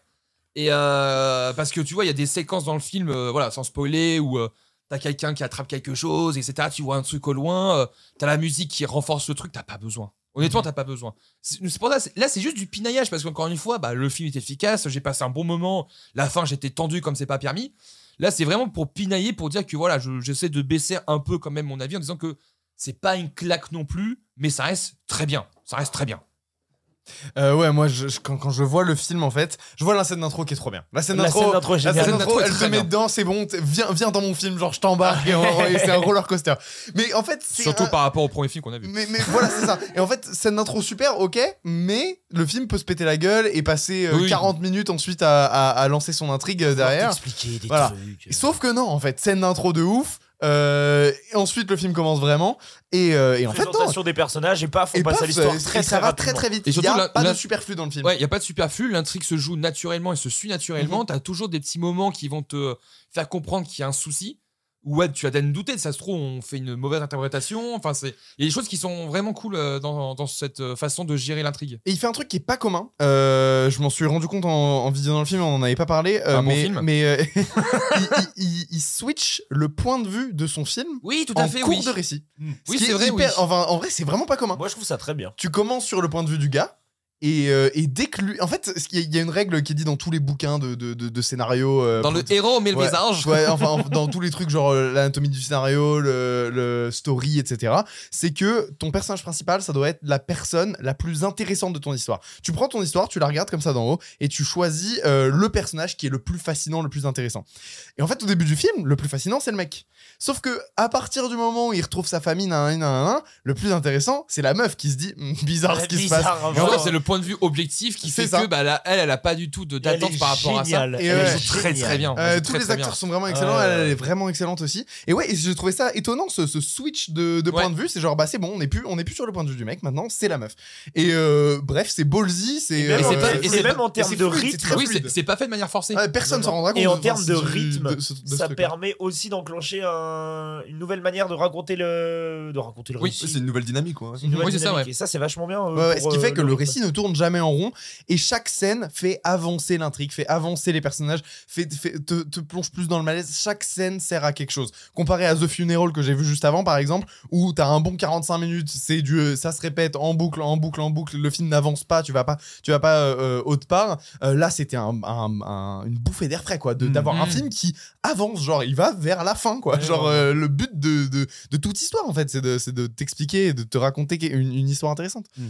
Speaker 4: Et euh, parce que tu vois, il y a des séquences dans le film, euh, voilà, sans spoiler, où euh, t'as quelqu'un qui attrape quelque chose, etc. Tu vois un truc au loin, euh, t'as la musique qui renforce le truc, t'as pas besoin.
Speaker 5: Mhm.
Speaker 4: Honnêtement, t'as pas besoin. C'est c'est pour ça, c'est- là, c'est juste du pinaillage parce qu'encore une fois, bah, le film est efficace, j'ai passé un bon moment, la fin, j'étais tendu comme c'est pas permis. Là, c'est vraiment pour pinailler, pour dire que voilà, je- j'essaie de baisser un peu quand même mon avis en disant que c'est pas une claque non plus, mais ça reste très bien. Ça reste très bien.
Speaker 2: Euh, ouais, moi, je, je- quand, quand je vois le film, en fait, je vois la scène d'intro qui est trop bien. La scène
Speaker 3: La scène
Speaker 2: d'intro.
Speaker 3: d'intro est
Speaker 2: La
Speaker 3: géniale.
Speaker 2: scène d'intro,
Speaker 4: est
Speaker 2: elle te
Speaker 4: très
Speaker 2: met
Speaker 4: bien.
Speaker 2: dedans, c'est bon, t'es- viens, viens dans mon film, genre je t'embarque, et, on- et c'est un roller coaster. Mais en fait, c'est
Speaker 4: Surtout
Speaker 2: un- Mm.
Speaker 4: par rapport au premier film qu'on a vu.
Speaker 2: Mais, mais voilà, c'est ça. Et en fait, scène d'intro super, ok, mais le film peut se péter la gueule et passer euh,
Speaker 4: Oui.
Speaker 2: 40 minutes ensuite à, à- à lancer son intrigue euh, derrière.
Speaker 3: T'expliquer des
Speaker 2: Voilà.
Speaker 3: trucs. euh.
Speaker 2: Sauf que non, en fait, scène d'intro de ouf. euh, et ensuite, le film commence vraiment. Et, euh, et en fait, non.
Speaker 3: présentation des personnages et paf, on
Speaker 2: Et
Speaker 3: passe à
Speaker 2: paf,
Speaker 3: l'histoire
Speaker 2: euh,
Speaker 3: très
Speaker 2: et ça
Speaker 3: très
Speaker 2: va très
Speaker 3: rapidement.
Speaker 2: très vite.
Speaker 4: Et
Speaker 2: Il n'y
Speaker 4: surtout,
Speaker 2: a
Speaker 4: la-
Speaker 2: pas
Speaker 4: la-
Speaker 2: de superflu dans le film.
Speaker 4: Ouais, il n'y a pas de superflu, l'intrigue se joue
Speaker 2: Mm-hmm.
Speaker 4: naturellement et se suit naturellement. T'as toujours des petits moments qui vont te faire comprendre qu'il y a un souci. ouais, tu as d'en douter, ça se trouve, on fait une mauvaise interprétation. Enfin, c'est. Il y a des choses qui sont vraiment cool euh, dans, dans cette euh, façon de gérer l'intrigue.
Speaker 2: Et il fait un truc qui est pas commun. Euh, je m'en suis rendu compte en, en visionnant le film, on en avait pas parlé. euh,
Speaker 4: Un bon
Speaker 2: mais
Speaker 4: film.
Speaker 2: mais euh, (laughs) il, il- il switch le point de vue de son film
Speaker 4: Oui, Mm. tout
Speaker 2: en cours de récit. Ce
Speaker 4: Oui,
Speaker 2: qui
Speaker 4: c'est
Speaker 2: est
Speaker 4: vrai, oui.
Speaker 2: hyper- enfin, en vrai, c'est vraiment pas commun.
Speaker 3: Moi, je trouve ça très bien.
Speaker 2: Tu commences sur le point de vue du gars. Et, euh, et dès que lui. En fait, ce qu'il y a- il y a une règle qui est dit dans tous les bouquins de, de, de- de scénarios. euh,
Speaker 4: Dans
Speaker 2: pour-
Speaker 4: le héros, mais le
Speaker 2: Ouais.
Speaker 4: visage.
Speaker 2: Ouais, enfin, en- dans tous les trucs, genre euh, l'anatomie du scénario, le, le story, etc. C'est que ton personnage principal, ça doit être la personne la plus intéressante de ton histoire. Tu prends ton histoire, tu la regardes comme ça d'en haut, et tu choisis euh, le personnage qui est le plus fascinant, le plus intéressant. Et en fait, au début du film, le plus fascinant, c'est le mec. Sauf que, à partir du moment où il retrouve sa famille, nan, nan, nan, nan, le plus intéressant, c'est la meuf qui se dit Hum, bizarre ce qui se passe.
Speaker 4: Mais en fait, c'est le point de vue objectif qui
Speaker 2: C'est
Speaker 4: fait
Speaker 2: ça.
Speaker 4: que bah, là, elle, elle a pas du tout de- d'attente par rapport à ça.
Speaker 2: Et
Speaker 4: Elle
Speaker 2: ouais.
Speaker 4: joue très très bien.
Speaker 2: Euh,
Speaker 4: Elle joue
Speaker 2: tous
Speaker 4: très,
Speaker 2: les
Speaker 4: très bien.
Speaker 2: acteurs sont vraiment excellents,
Speaker 3: Ouais, ouais,
Speaker 2: elle, elle
Speaker 3: ouais.
Speaker 2: est vraiment excellente aussi. Et ouais, et j'ai trouvé ça étonnant ce, ce switch de, de point
Speaker 4: Ouais.
Speaker 2: de vue. C'est genre, bah c'est bon, on n'est plus, on est plus sur le point de vue du mec, maintenant c'est la meuf. Et euh, bref, c'est ballsy, c'est.
Speaker 3: Et même,
Speaker 2: euh,
Speaker 4: c'est pas-
Speaker 2: euh,
Speaker 4: et
Speaker 3: et même en termes
Speaker 2: c'est
Speaker 3: de
Speaker 2: fluide, c'est
Speaker 3: rythme,
Speaker 2: très
Speaker 4: Oui,
Speaker 2: fluide.
Speaker 4: c'est- c'est pas fait de manière forcée.
Speaker 2: ouais, personne
Speaker 3: Non,
Speaker 2: s'en rendra compte.
Speaker 3: Et en
Speaker 2: de-
Speaker 3: termes de
Speaker 2: de-
Speaker 3: rythme,
Speaker 2: de ce- de ce
Speaker 3: ça
Speaker 2: truc-là.
Speaker 3: permet aussi d'enclencher un- une nouvelle manière de raconter le, de raconter le
Speaker 4: Oui,
Speaker 5: C'est
Speaker 3: récit.
Speaker 5: une nouvelle dynamique, quoi.
Speaker 2: Mhm.
Speaker 3: Une nouvelle
Speaker 4: Oui, c'est ça,
Speaker 3: dynamique.
Speaker 4: ouais.
Speaker 3: Et ça, c'est vachement bien. euh,
Speaker 2: Ouais, ouais, ce
Speaker 3: pour,
Speaker 2: qui
Speaker 3: euh,
Speaker 2: fait que le
Speaker 3: rythme.
Speaker 2: récit ne tourne jamais en rond et chaque scène fait avancer l'intrigue, fait avancer les personnages, fait, fait- te, te plonge plus dans le malaise. Chaque scène sert à quelque chose. Comparé à The Funeral que j'ai vu juste avant, par exemple, où t'as un bon 45 minutes, c'est du, euh, ça se répète en boucle, en boucle, en boucle. Le film n'avance pas, tu vas pas, tu vas pas euh, euh, autre part. Euh, là, c'était un- un- un- une bouffée d'air frais, quoi, de-
Speaker 5: Mhm.
Speaker 2: d'avoir un film qui avance, genre il va vers la fin, quoi.
Speaker 3: Mm. Ouais,
Speaker 2: genre
Speaker 3: ouais.
Speaker 2: euh, le but de, de, de toute histoire, en fait, c'est de, c'est de t'expliquer, et de te raconter une, une histoire intéressante.
Speaker 5: Mm.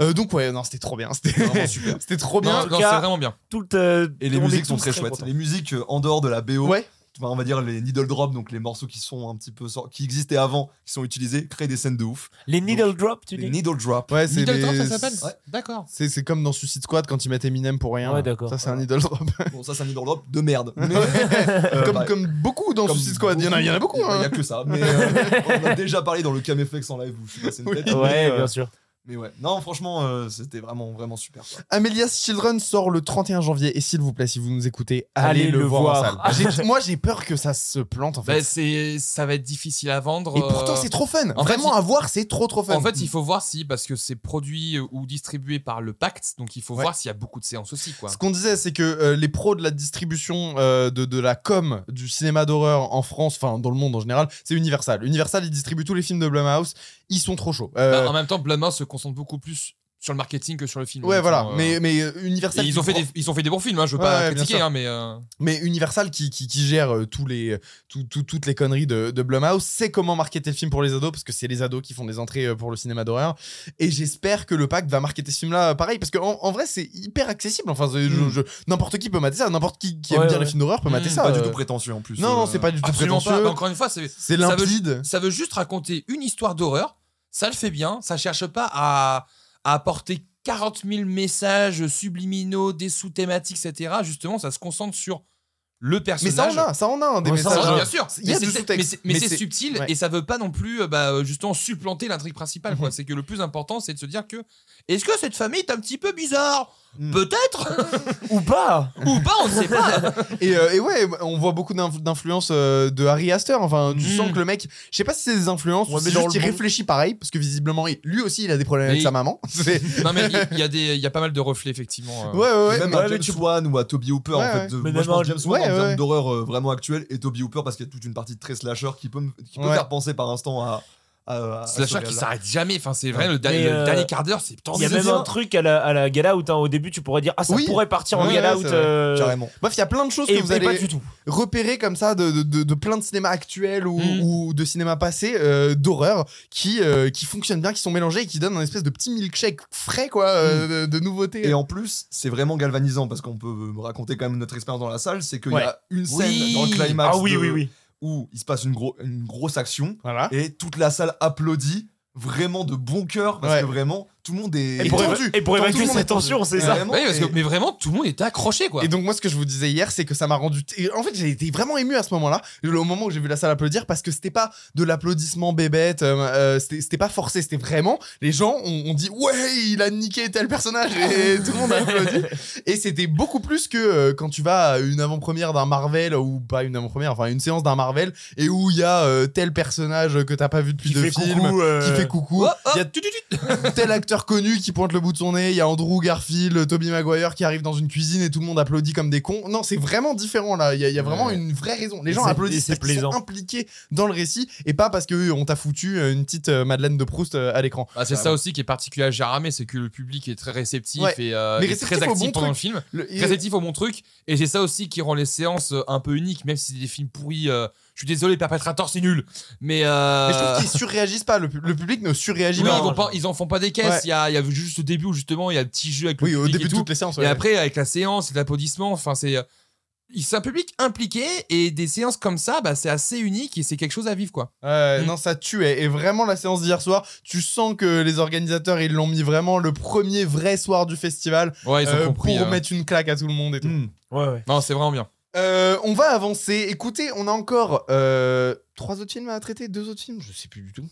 Speaker 2: Euh, donc ouais, non, c'était trop bien, c'était
Speaker 4: Vraiment super.
Speaker 2: (laughs) c'était trop
Speaker 4: Non,
Speaker 2: bien.
Speaker 3: tout
Speaker 4: non,
Speaker 3: cas-
Speaker 4: c'est vraiment bien.
Speaker 3: Tout, euh,
Speaker 5: Et les
Speaker 3: on est
Speaker 5: musiques sont
Speaker 3: tous
Speaker 5: très chouettes.
Speaker 3: contents.
Speaker 5: Les musiques euh, en dehors de la BO,
Speaker 2: Ouais,
Speaker 5: enfin, on va dire les needle drop, donc les morceaux qui sont un petit peu sort- qui existaient avant, qui sont utilisés, créent des scènes de ouf.
Speaker 3: Les needle drop, tu
Speaker 5: Les
Speaker 3: dis
Speaker 5: needle drop.
Speaker 2: ouais, c'est
Speaker 4: Middle Drop,
Speaker 2: les-
Speaker 4: ça s'appelle
Speaker 5: Ouais.
Speaker 4: D'accord.
Speaker 2: C'est c'est comme dans Suicide Squad quand ils mettent Eminem pour rien.
Speaker 3: Ouais, d'accord.
Speaker 2: Ça c'est un idol drop.
Speaker 5: Bon, ça, c'est un needle drop de merde. Mais, euh,
Speaker 2: comme,
Speaker 5: bah,
Speaker 2: comme beaucoup dans
Speaker 5: comme
Speaker 2: Suicide Squad, il y en a, il y en a beaucoup.
Speaker 5: Il y
Speaker 2: hein.
Speaker 5: a que ça.
Speaker 2: (laughs)
Speaker 5: Mais euh, on en a déjà parlé dans le Caméflex en live où je suis passé une
Speaker 2: Oui.
Speaker 5: tête. mais,
Speaker 3: Ouais,
Speaker 5: euh,
Speaker 3: bien sûr.
Speaker 5: mais ouais. Non, franchement, euh, c'était vraiment, vraiment super. quoi.
Speaker 2: Amelia's Children sort le 31 janvier et s'il vous plaît, si vous nous écoutez, allez,
Speaker 3: Allez
Speaker 2: le,
Speaker 3: le
Speaker 2: voir, en
Speaker 3: voir.
Speaker 2: salle. J'ai- Moi j'ai peur que ça se plante en fait.
Speaker 4: Bah, c'est- ça va être difficile à vendre.
Speaker 2: Et pourtant,
Speaker 4: euh,
Speaker 2: c'est trop fun.
Speaker 4: en fait,
Speaker 2: Vraiment,
Speaker 4: il-
Speaker 2: à voir, c'est trop trop fun.
Speaker 4: En fait, il faut voir si, parce que c'est produit euh, ou distribué par le pacte, donc il faut
Speaker 2: Ouais.
Speaker 4: voir s'il y a beaucoup de séances aussi, quoi.
Speaker 2: Ce qu'on disait, c'est que euh, les pros de la distribution euh, de, de la com du cinéma d'horreur en France, enfin dans le monde en général, c'est Universal. Universal, ils distribuent tous les films de Blumhouse. Ils sont trop chauds. Euh,
Speaker 4: Bah, en même temps, Blumhouse se concentre beaucoup plus sur le marketing que sur le film.
Speaker 2: ouais,
Speaker 4: Donc,
Speaker 2: voilà.
Speaker 4: euh,
Speaker 2: Mais, mais euh,
Speaker 4: et
Speaker 2: Universal.
Speaker 4: ils
Speaker 2: qui
Speaker 4: ont, fait
Speaker 2: prend-
Speaker 4: des, ils ont fait des bons films, hein, je veux
Speaker 2: Ouais,
Speaker 4: pas
Speaker 2: ouais, bien
Speaker 4: critiquer,
Speaker 2: sûr.
Speaker 4: hein, mais euh,
Speaker 2: Mais Universal qui, qui, qui gère euh, tous les, tout- tout- toutes les conneries de, de Blumhouse sait comment marketer le film pour les ados parce que c'est les ados qui font des entrées euh, pour le cinéma d'horreur. Et j'espère que le pack va marketer ce film-là euh, pareil parce que en, en vrai c'est hyper accessible. Enfin, c'est- je-
Speaker 4: Hmm.
Speaker 5: Mm.
Speaker 2: je- n'importe qui peut mater ça, n'importe qui qui aime
Speaker 3: Ouais,
Speaker 2: bien
Speaker 3: ouais.
Speaker 2: les films d'horreur peut
Speaker 4: Mm,
Speaker 2: mater ça.
Speaker 5: Pas
Speaker 2: euh.
Speaker 5: du tout prétentieux en plus.
Speaker 2: non, non,
Speaker 5: euh,
Speaker 2: c'est pas du tout
Speaker 4: absolument pas.
Speaker 2: prétentieux.
Speaker 4: Mais Encore une fois, c'est-
Speaker 2: C'est
Speaker 4: Ça veut-
Speaker 2: limpide.
Speaker 4: ça veut juste raconter une histoire d'horreur, ça le fait bien, ça cherche pas à, à apporter 40 000 messages subliminaux, des sous-thématiques, etc. Justement, ça se concentre sur le
Speaker 2: Mais ça
Speaker 4: personnage.
Speaker 2: en a, ça en a un, des
Speaker 3: Ouais, ça en
Speaker 2: messages.
Speaker 3: a,
Speaker 4: bien sûr.
Speaker 2: Il y a
Speaker 4: Mais
Speaker 2: du
Speaker 4: c'est- c'est-
Speaker 2: sous-texte.
Speaker 4: mais c'est- Mais,
Speaker 2: Mais c'est-
Speaker 4: c'est subtil
Speaker 2: ouais.
Speaker 4: et ça veut pas non plus euh, bah, euh, justement supplanter l'intrigue principale.
Speaker 2: (laughs)
Speaker 4: quoi. C'est que le plus important, c'est de se dire que est-ce que cette famille est un petit peu bizarre
Speaker 2: Hmm.
Speaker 5: Mm.
Speaker 4: Peut-être
Speaker 3: Ou pas
Speaker 4: ou pas, on ne sait pas.
Speaker 2: Et, euh, et ouais, on voit beaucoup d'inf- d'influences euh, de Harry Astor. Enfin, tu
Speaker 4: Mm.
Speaker 2: sens que le mec, je sais pas si c'est des influences,
Speaker 3: Ouais,
Speaker 2: ou
Speaker 3: mais
Speaker 2: c'est
Speaker 3: dans
Speaker 2: juste
Speaker 3: le
Speaker 2: il
Speaker 3: bon-
Speaker 2: réfléchit pareil, parce que visiblement, il- lui aussi, il a des problèmes avec
Speaker 4: Mais
Speaker 2: sa
Speaker 4: il-
Speaker 2: maman. C'est-
Speaker 4: non mais il- il y, a des- il y a pas mal de reflets effectivement. euh.
Speaker 2: Ouais, ouais, ouais.
Speaker 5: Même
Speaker 3: Ouais,
Speaker 5: à
Speaker 3: mais
Speaker 5: James
Speaker 3: tu-
Speaker 5: Wan ou à Toby Hooper
Speaker 2: Ouais,
Speaker 5: en
Speaker 2: ouais.
Speaker 5: fait. de-
Speaker 3: Mais
Speaker 5: moi,
Speaker 3: même
Speaker 5: je pense
Speaker 3: en-
Speaker 5: James Wan
Speaker 2: ouais,
Speaker 5: en termes
Speaker 2: ouais.
Speaker 5: d'horreur euh, vraiment actuelle et Toby Hooper parce qu'il y a toute une partie très slasher qui peut, me- qui peut
Speaker 2: Ouais.
Speaker 5: faire penser par instant à. à, à-
Speaker 4: C'est
Speaker 5: à
Speaker 4: la
Speaker 5: ce
Speaker 4: chose qui
Speaker 5: gars-là.
Speaker 4: s'arrête jamais. Enfin, c'est vrai, le,
Speaker 3: Mais,
Speaker 4: dernier- le
Speaker 3: euh,
Speaker 4: dernier quart d'heure, c'est tant
Speaker 3: Il y a
Speaker 4: mieux.
Speaker 3: même
Speaker 5: bien.
Speaker 3: un truc à la, à la gala out. hein. Au début, tu pourrais dire Ah, ça
Speaker 2: Oui.
Speaker 3: pourrait partir en
Speaker 2: Ouais,
Speaker 3: gala
Speaker 2: ouais,
Speaker 3: out.
Speaker 2: c'est vrai.
Speaker 3: euh,
Speaker 5: Carrément.
Speaker 2: Bref, il y a plein de choses
Speaker 3: Et
Speaker 2: que vous
Speaker 3: et pas
Speaker 2: allez
Speaker 3: du tout.
Speaker 2: repérer comme ça de, de, de- de plein de cinémas actuels ou,
Speaker 4: Mm.
Speaker 2: ou de cinémas passés euh, d'horreur qui, euh, qui fonctionnent bien, qui sont mélangés et qui donnent un espèce de petit milkshake frais, quoi, euh, de, de nouveautés.
Speaker 5: Et en plus, c'est vraiment galvanisant parce qu'on peut me raconter quand même notre expérience dans la salle. C'est qu'il
Speaker 3: Ouais.
Speaker 5: y a une scène
Speaker 4: Oui.
Speaker 5: dans le climax
Speaker 3: Ah, oui,
Speaker 5: de-
Speaker 3: oui, oui.
Speaker 5: où il se passe une, gros- une grosse action
Speaker 2: Voilà.
Speaker 5: et toute la salle applaudit vraiment de bon cœur parce
Speaker 2: Ouais.
Speaker 5: que vraiment tout le monde est.
Speaker 3: Et pour,
Speaker 2: tendu.
Speaker 3: éva- et pour
Speaker 2: Tout le
Speaker 3: évacuer
Speaker 2: monde est
Speaker 3: cette tension, c'est ça.
Speaker 5: Vraiment,
Speaker 4: Ouais, parce que-
Speaker 5: et-
Speaker 4: mais vraiment, tout le monde était accroché, quoi.
Speaker 2: Et donc moi ce que je vous disais hier c'est que ça m'a rendu... et En fait j'ai été vraiment ému à ce moment-là, au moment où j'ai vu la salle applaudir, parce que c'était pas de l'applaudissement bébête, euh, euh, c'était c'était pas forcé, c'était vraiment... Les gens ont, ont dit ouais il a niqué tel personnage
Speaker 3: (laughs)
Speaker 2: et tout le monde a applaudi. Et c'était beaucoup plus que euh, quand tu vas à une avant-première d'un Marvel, ou pas une avant-première, enfin une séance d'un Marvel, et où il y a euh, tel personnage que t'as pas vu depuis
Speaker 3: Qui
Speaker 2: deux
Speaker 3: fait
Speaker 2: films.
Speaker 3: coucou, euh,
Speaker 2: Qui fait coucou.
Speaker 4: Oh, oh,
Speaker 2: Il y a
Speaker 4: tu, tu, tu.
Speaker 2: tel acteur connu qui pointe le bout de son nez, il y a Andrew Garfield, Toby Maguire qui arrive dans une cuisine et tout le monde applaudit comme des cons. Non, c'est vraiment différent là. Il y, a- il y a vraiment
Speaker 3: Ouais.
Speaker 2: une vraie raison. Les
Speaker 3: Et
Speaker 2: gens
Speaker 3: c'est- et
Speaker 2: applaudissent
Speaker 3: c'est
Speaker 2: parce qu'ils sont
Speaker 3: plaisant.
Speaker 2: impliqués dans le récit et pas parce que euh, on t'a foutu euh, une petite euh, Madeleine de Proust euh, à l'écran.
Speaker 4: Ah, c'est ça aussi qui est particulier à Jaramé, c'est que le public est très réceptif
Speaker 2: Ouais.
Speaker 4: et, euh,
Speaker 2: Mais
Speaker 4: et
Speaker 2: réceptif
Speaker 4: très
Speaker 2: au
Speaker 4: actif
Speaker 2: bon
Speaker 4: pendant
Speaker 2: truc.
Speaker 4: le film.
Speaker 2: Le- et-
Speaker 4: Réceptif au bon truc. Et c'est ça aussi qui rend les séances euh, un peu uniques, même si c'est des films pourris. euh, je suis désolé, Perpetrator, c'est nul. Mais, euh,
Speaker 2: mais je trouve qu'ils surréagissent pas. Le, pub- le public ne surréagit
Speaker 4: oui,
Speaker 2: pas.
Speaker 4: ils, vont pas- ils en font pas des
Speaker 2: Ouais.
Speaker 4: caisses. Il y, a, il y a juste au début où justement il y a le petit jeu avec le
Speaker 2: Oui, au
Speaker 4: public
Speaker 2: début
Speaker 4: et
Speaker 2: de
Speaker 4: tout.
Speaker 2: toutes les séances.
Speaker 4: Et
Speaker 2: ouais.
Speaker 4: après, avec la séance, l'applaudissement, enfin, c'est. euh, il- C'est un public impliqué et des séances comme ça, bah, c'est assez unique et c'est quelque chose à vivre, quoi.
Speaker 2: Ouais,
Speaker 4: Mm.
Speaker 2: Non, ça tuait. Et vraiment, la séance d'hier soir, tu sens que les organisateurs, ils l'ont mis vraiment le premier vrai soir du festival
Speaker 4: Ouais, ils ont
Speaker 2: euh,
Speaker 4: compris. Mm.
Speaker 2: pour
Speaker 4: euh.
Speaker 2: mettre une claque à tout le monde et tout.
Speaker 5: Hmm.
Speaker 3: Ouais, ouais.
Speaker 4: Non, c'est vraiment bien.
Speaker 2: Euh, on va avancer. Écoutez, on a encore euh, trois autres films à traiter, deux autres films, je sais plus du tout.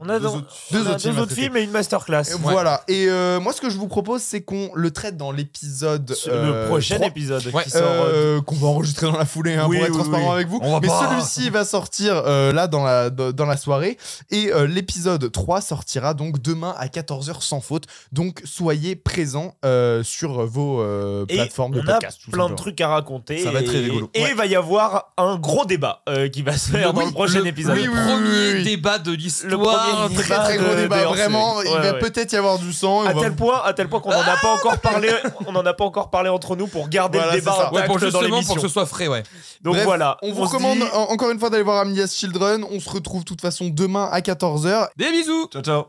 Speaker 3: On a
Speaker 5: Deux
Speaker 3: dans- on a
Speaker 5: autres-
Speaker 2: deux autres films à traiter.
Speaker 3: films et une masterclass.
Speaker 2: Et Voilà. Et euh, moi, ce que je vous propose, c'est qu'on le traite dans l'épisode
Speaker 3: Sur
Speaker 2: euh,
Speaker 3: le prochain
Speaker 2: trois,
Speaker 3: épisode
Speaker 4: Ouais.
Speaker 3: qui sort. euh,
Speaker 2: euh, qu'on va enregistrer dans la foulée hein,
Speaker 3: Oui,
Speaker 2: pour être
Speaker 3: oui,
Speaker 2: transparent
Speaker 3: oui.
Speaker 2: avec vous.
Speaker 4: On va
Speaker 2: Mais
Speaker 4: pas-
Speaker 2: celui-ci va sortir euh, là dans la, dans dans la soirée et euh, l'épisode 3 sortira donc demain à 14h sans faute. Donc soyez présents euh, sur vos euh,
Speaker 3: Et
Speaker 2: plateformes de
Speaker 3: on a
Speaker 2: podcast. tout
Speaker 3: plein de
Speaker 2: simplement.
Speaker 3: trucs à raconter.
Speaker 5: Ça va être très
Speaker 3: et-
Speaker 5: rigolo.
Speaker 3: Et il va y avoir un gros débat euh, qui va se faire dans
Speaker 4: oui,
Speaker 3: le prochain épisode.
Speaker 4: Le
Speaker 2: oui, oui,
Speaker 4: premier
Speaker 2: oui, oui.
Speaker 4: débat de l'histoire.
Speaker 3: premier
Speaker 2: Très très gros
Speaker 3: débat de- des
Speaker 2: débat,
Speaker 3: hors-séries.
Speaker 2: vraiment. il
Speaker 3: Ouais,
Speaker 2: va
Speaker 3: ouais.
Speaker 2: peut-être y avoir du sang. et on
Speaker 3: À
Speaker 2: va Ah
Speaker 3: tel point, à tel point qu'on n'en a pas encore parlé, on n'en a pas encore parlé entre nous pour garder
Speaker 2: Voilà,
Speaker 3: le
Speaker 2: c'est ça.
Speaker 3: débat
Speaker 4: Ouais,
Speaker 3: intact
Speaker 4: pour
Speaker 3: dans
Speaker 4: justement
Speaker 3: l'émission.
Speaker 4: pour que ce soit frais, ouais.
Speaker 3: Donc
Speaker 2: Bref,
Speaker 3: voilà,
Speaker 2: On vous
Speaker 3: se dit
Speaker 2: recommande en- encore une fois d'aller voir Amelia's Children. On se retrouve de toute façon demain à 14h.
Speaker 4: Des bisous
Speaker 5: Ciao, ciao.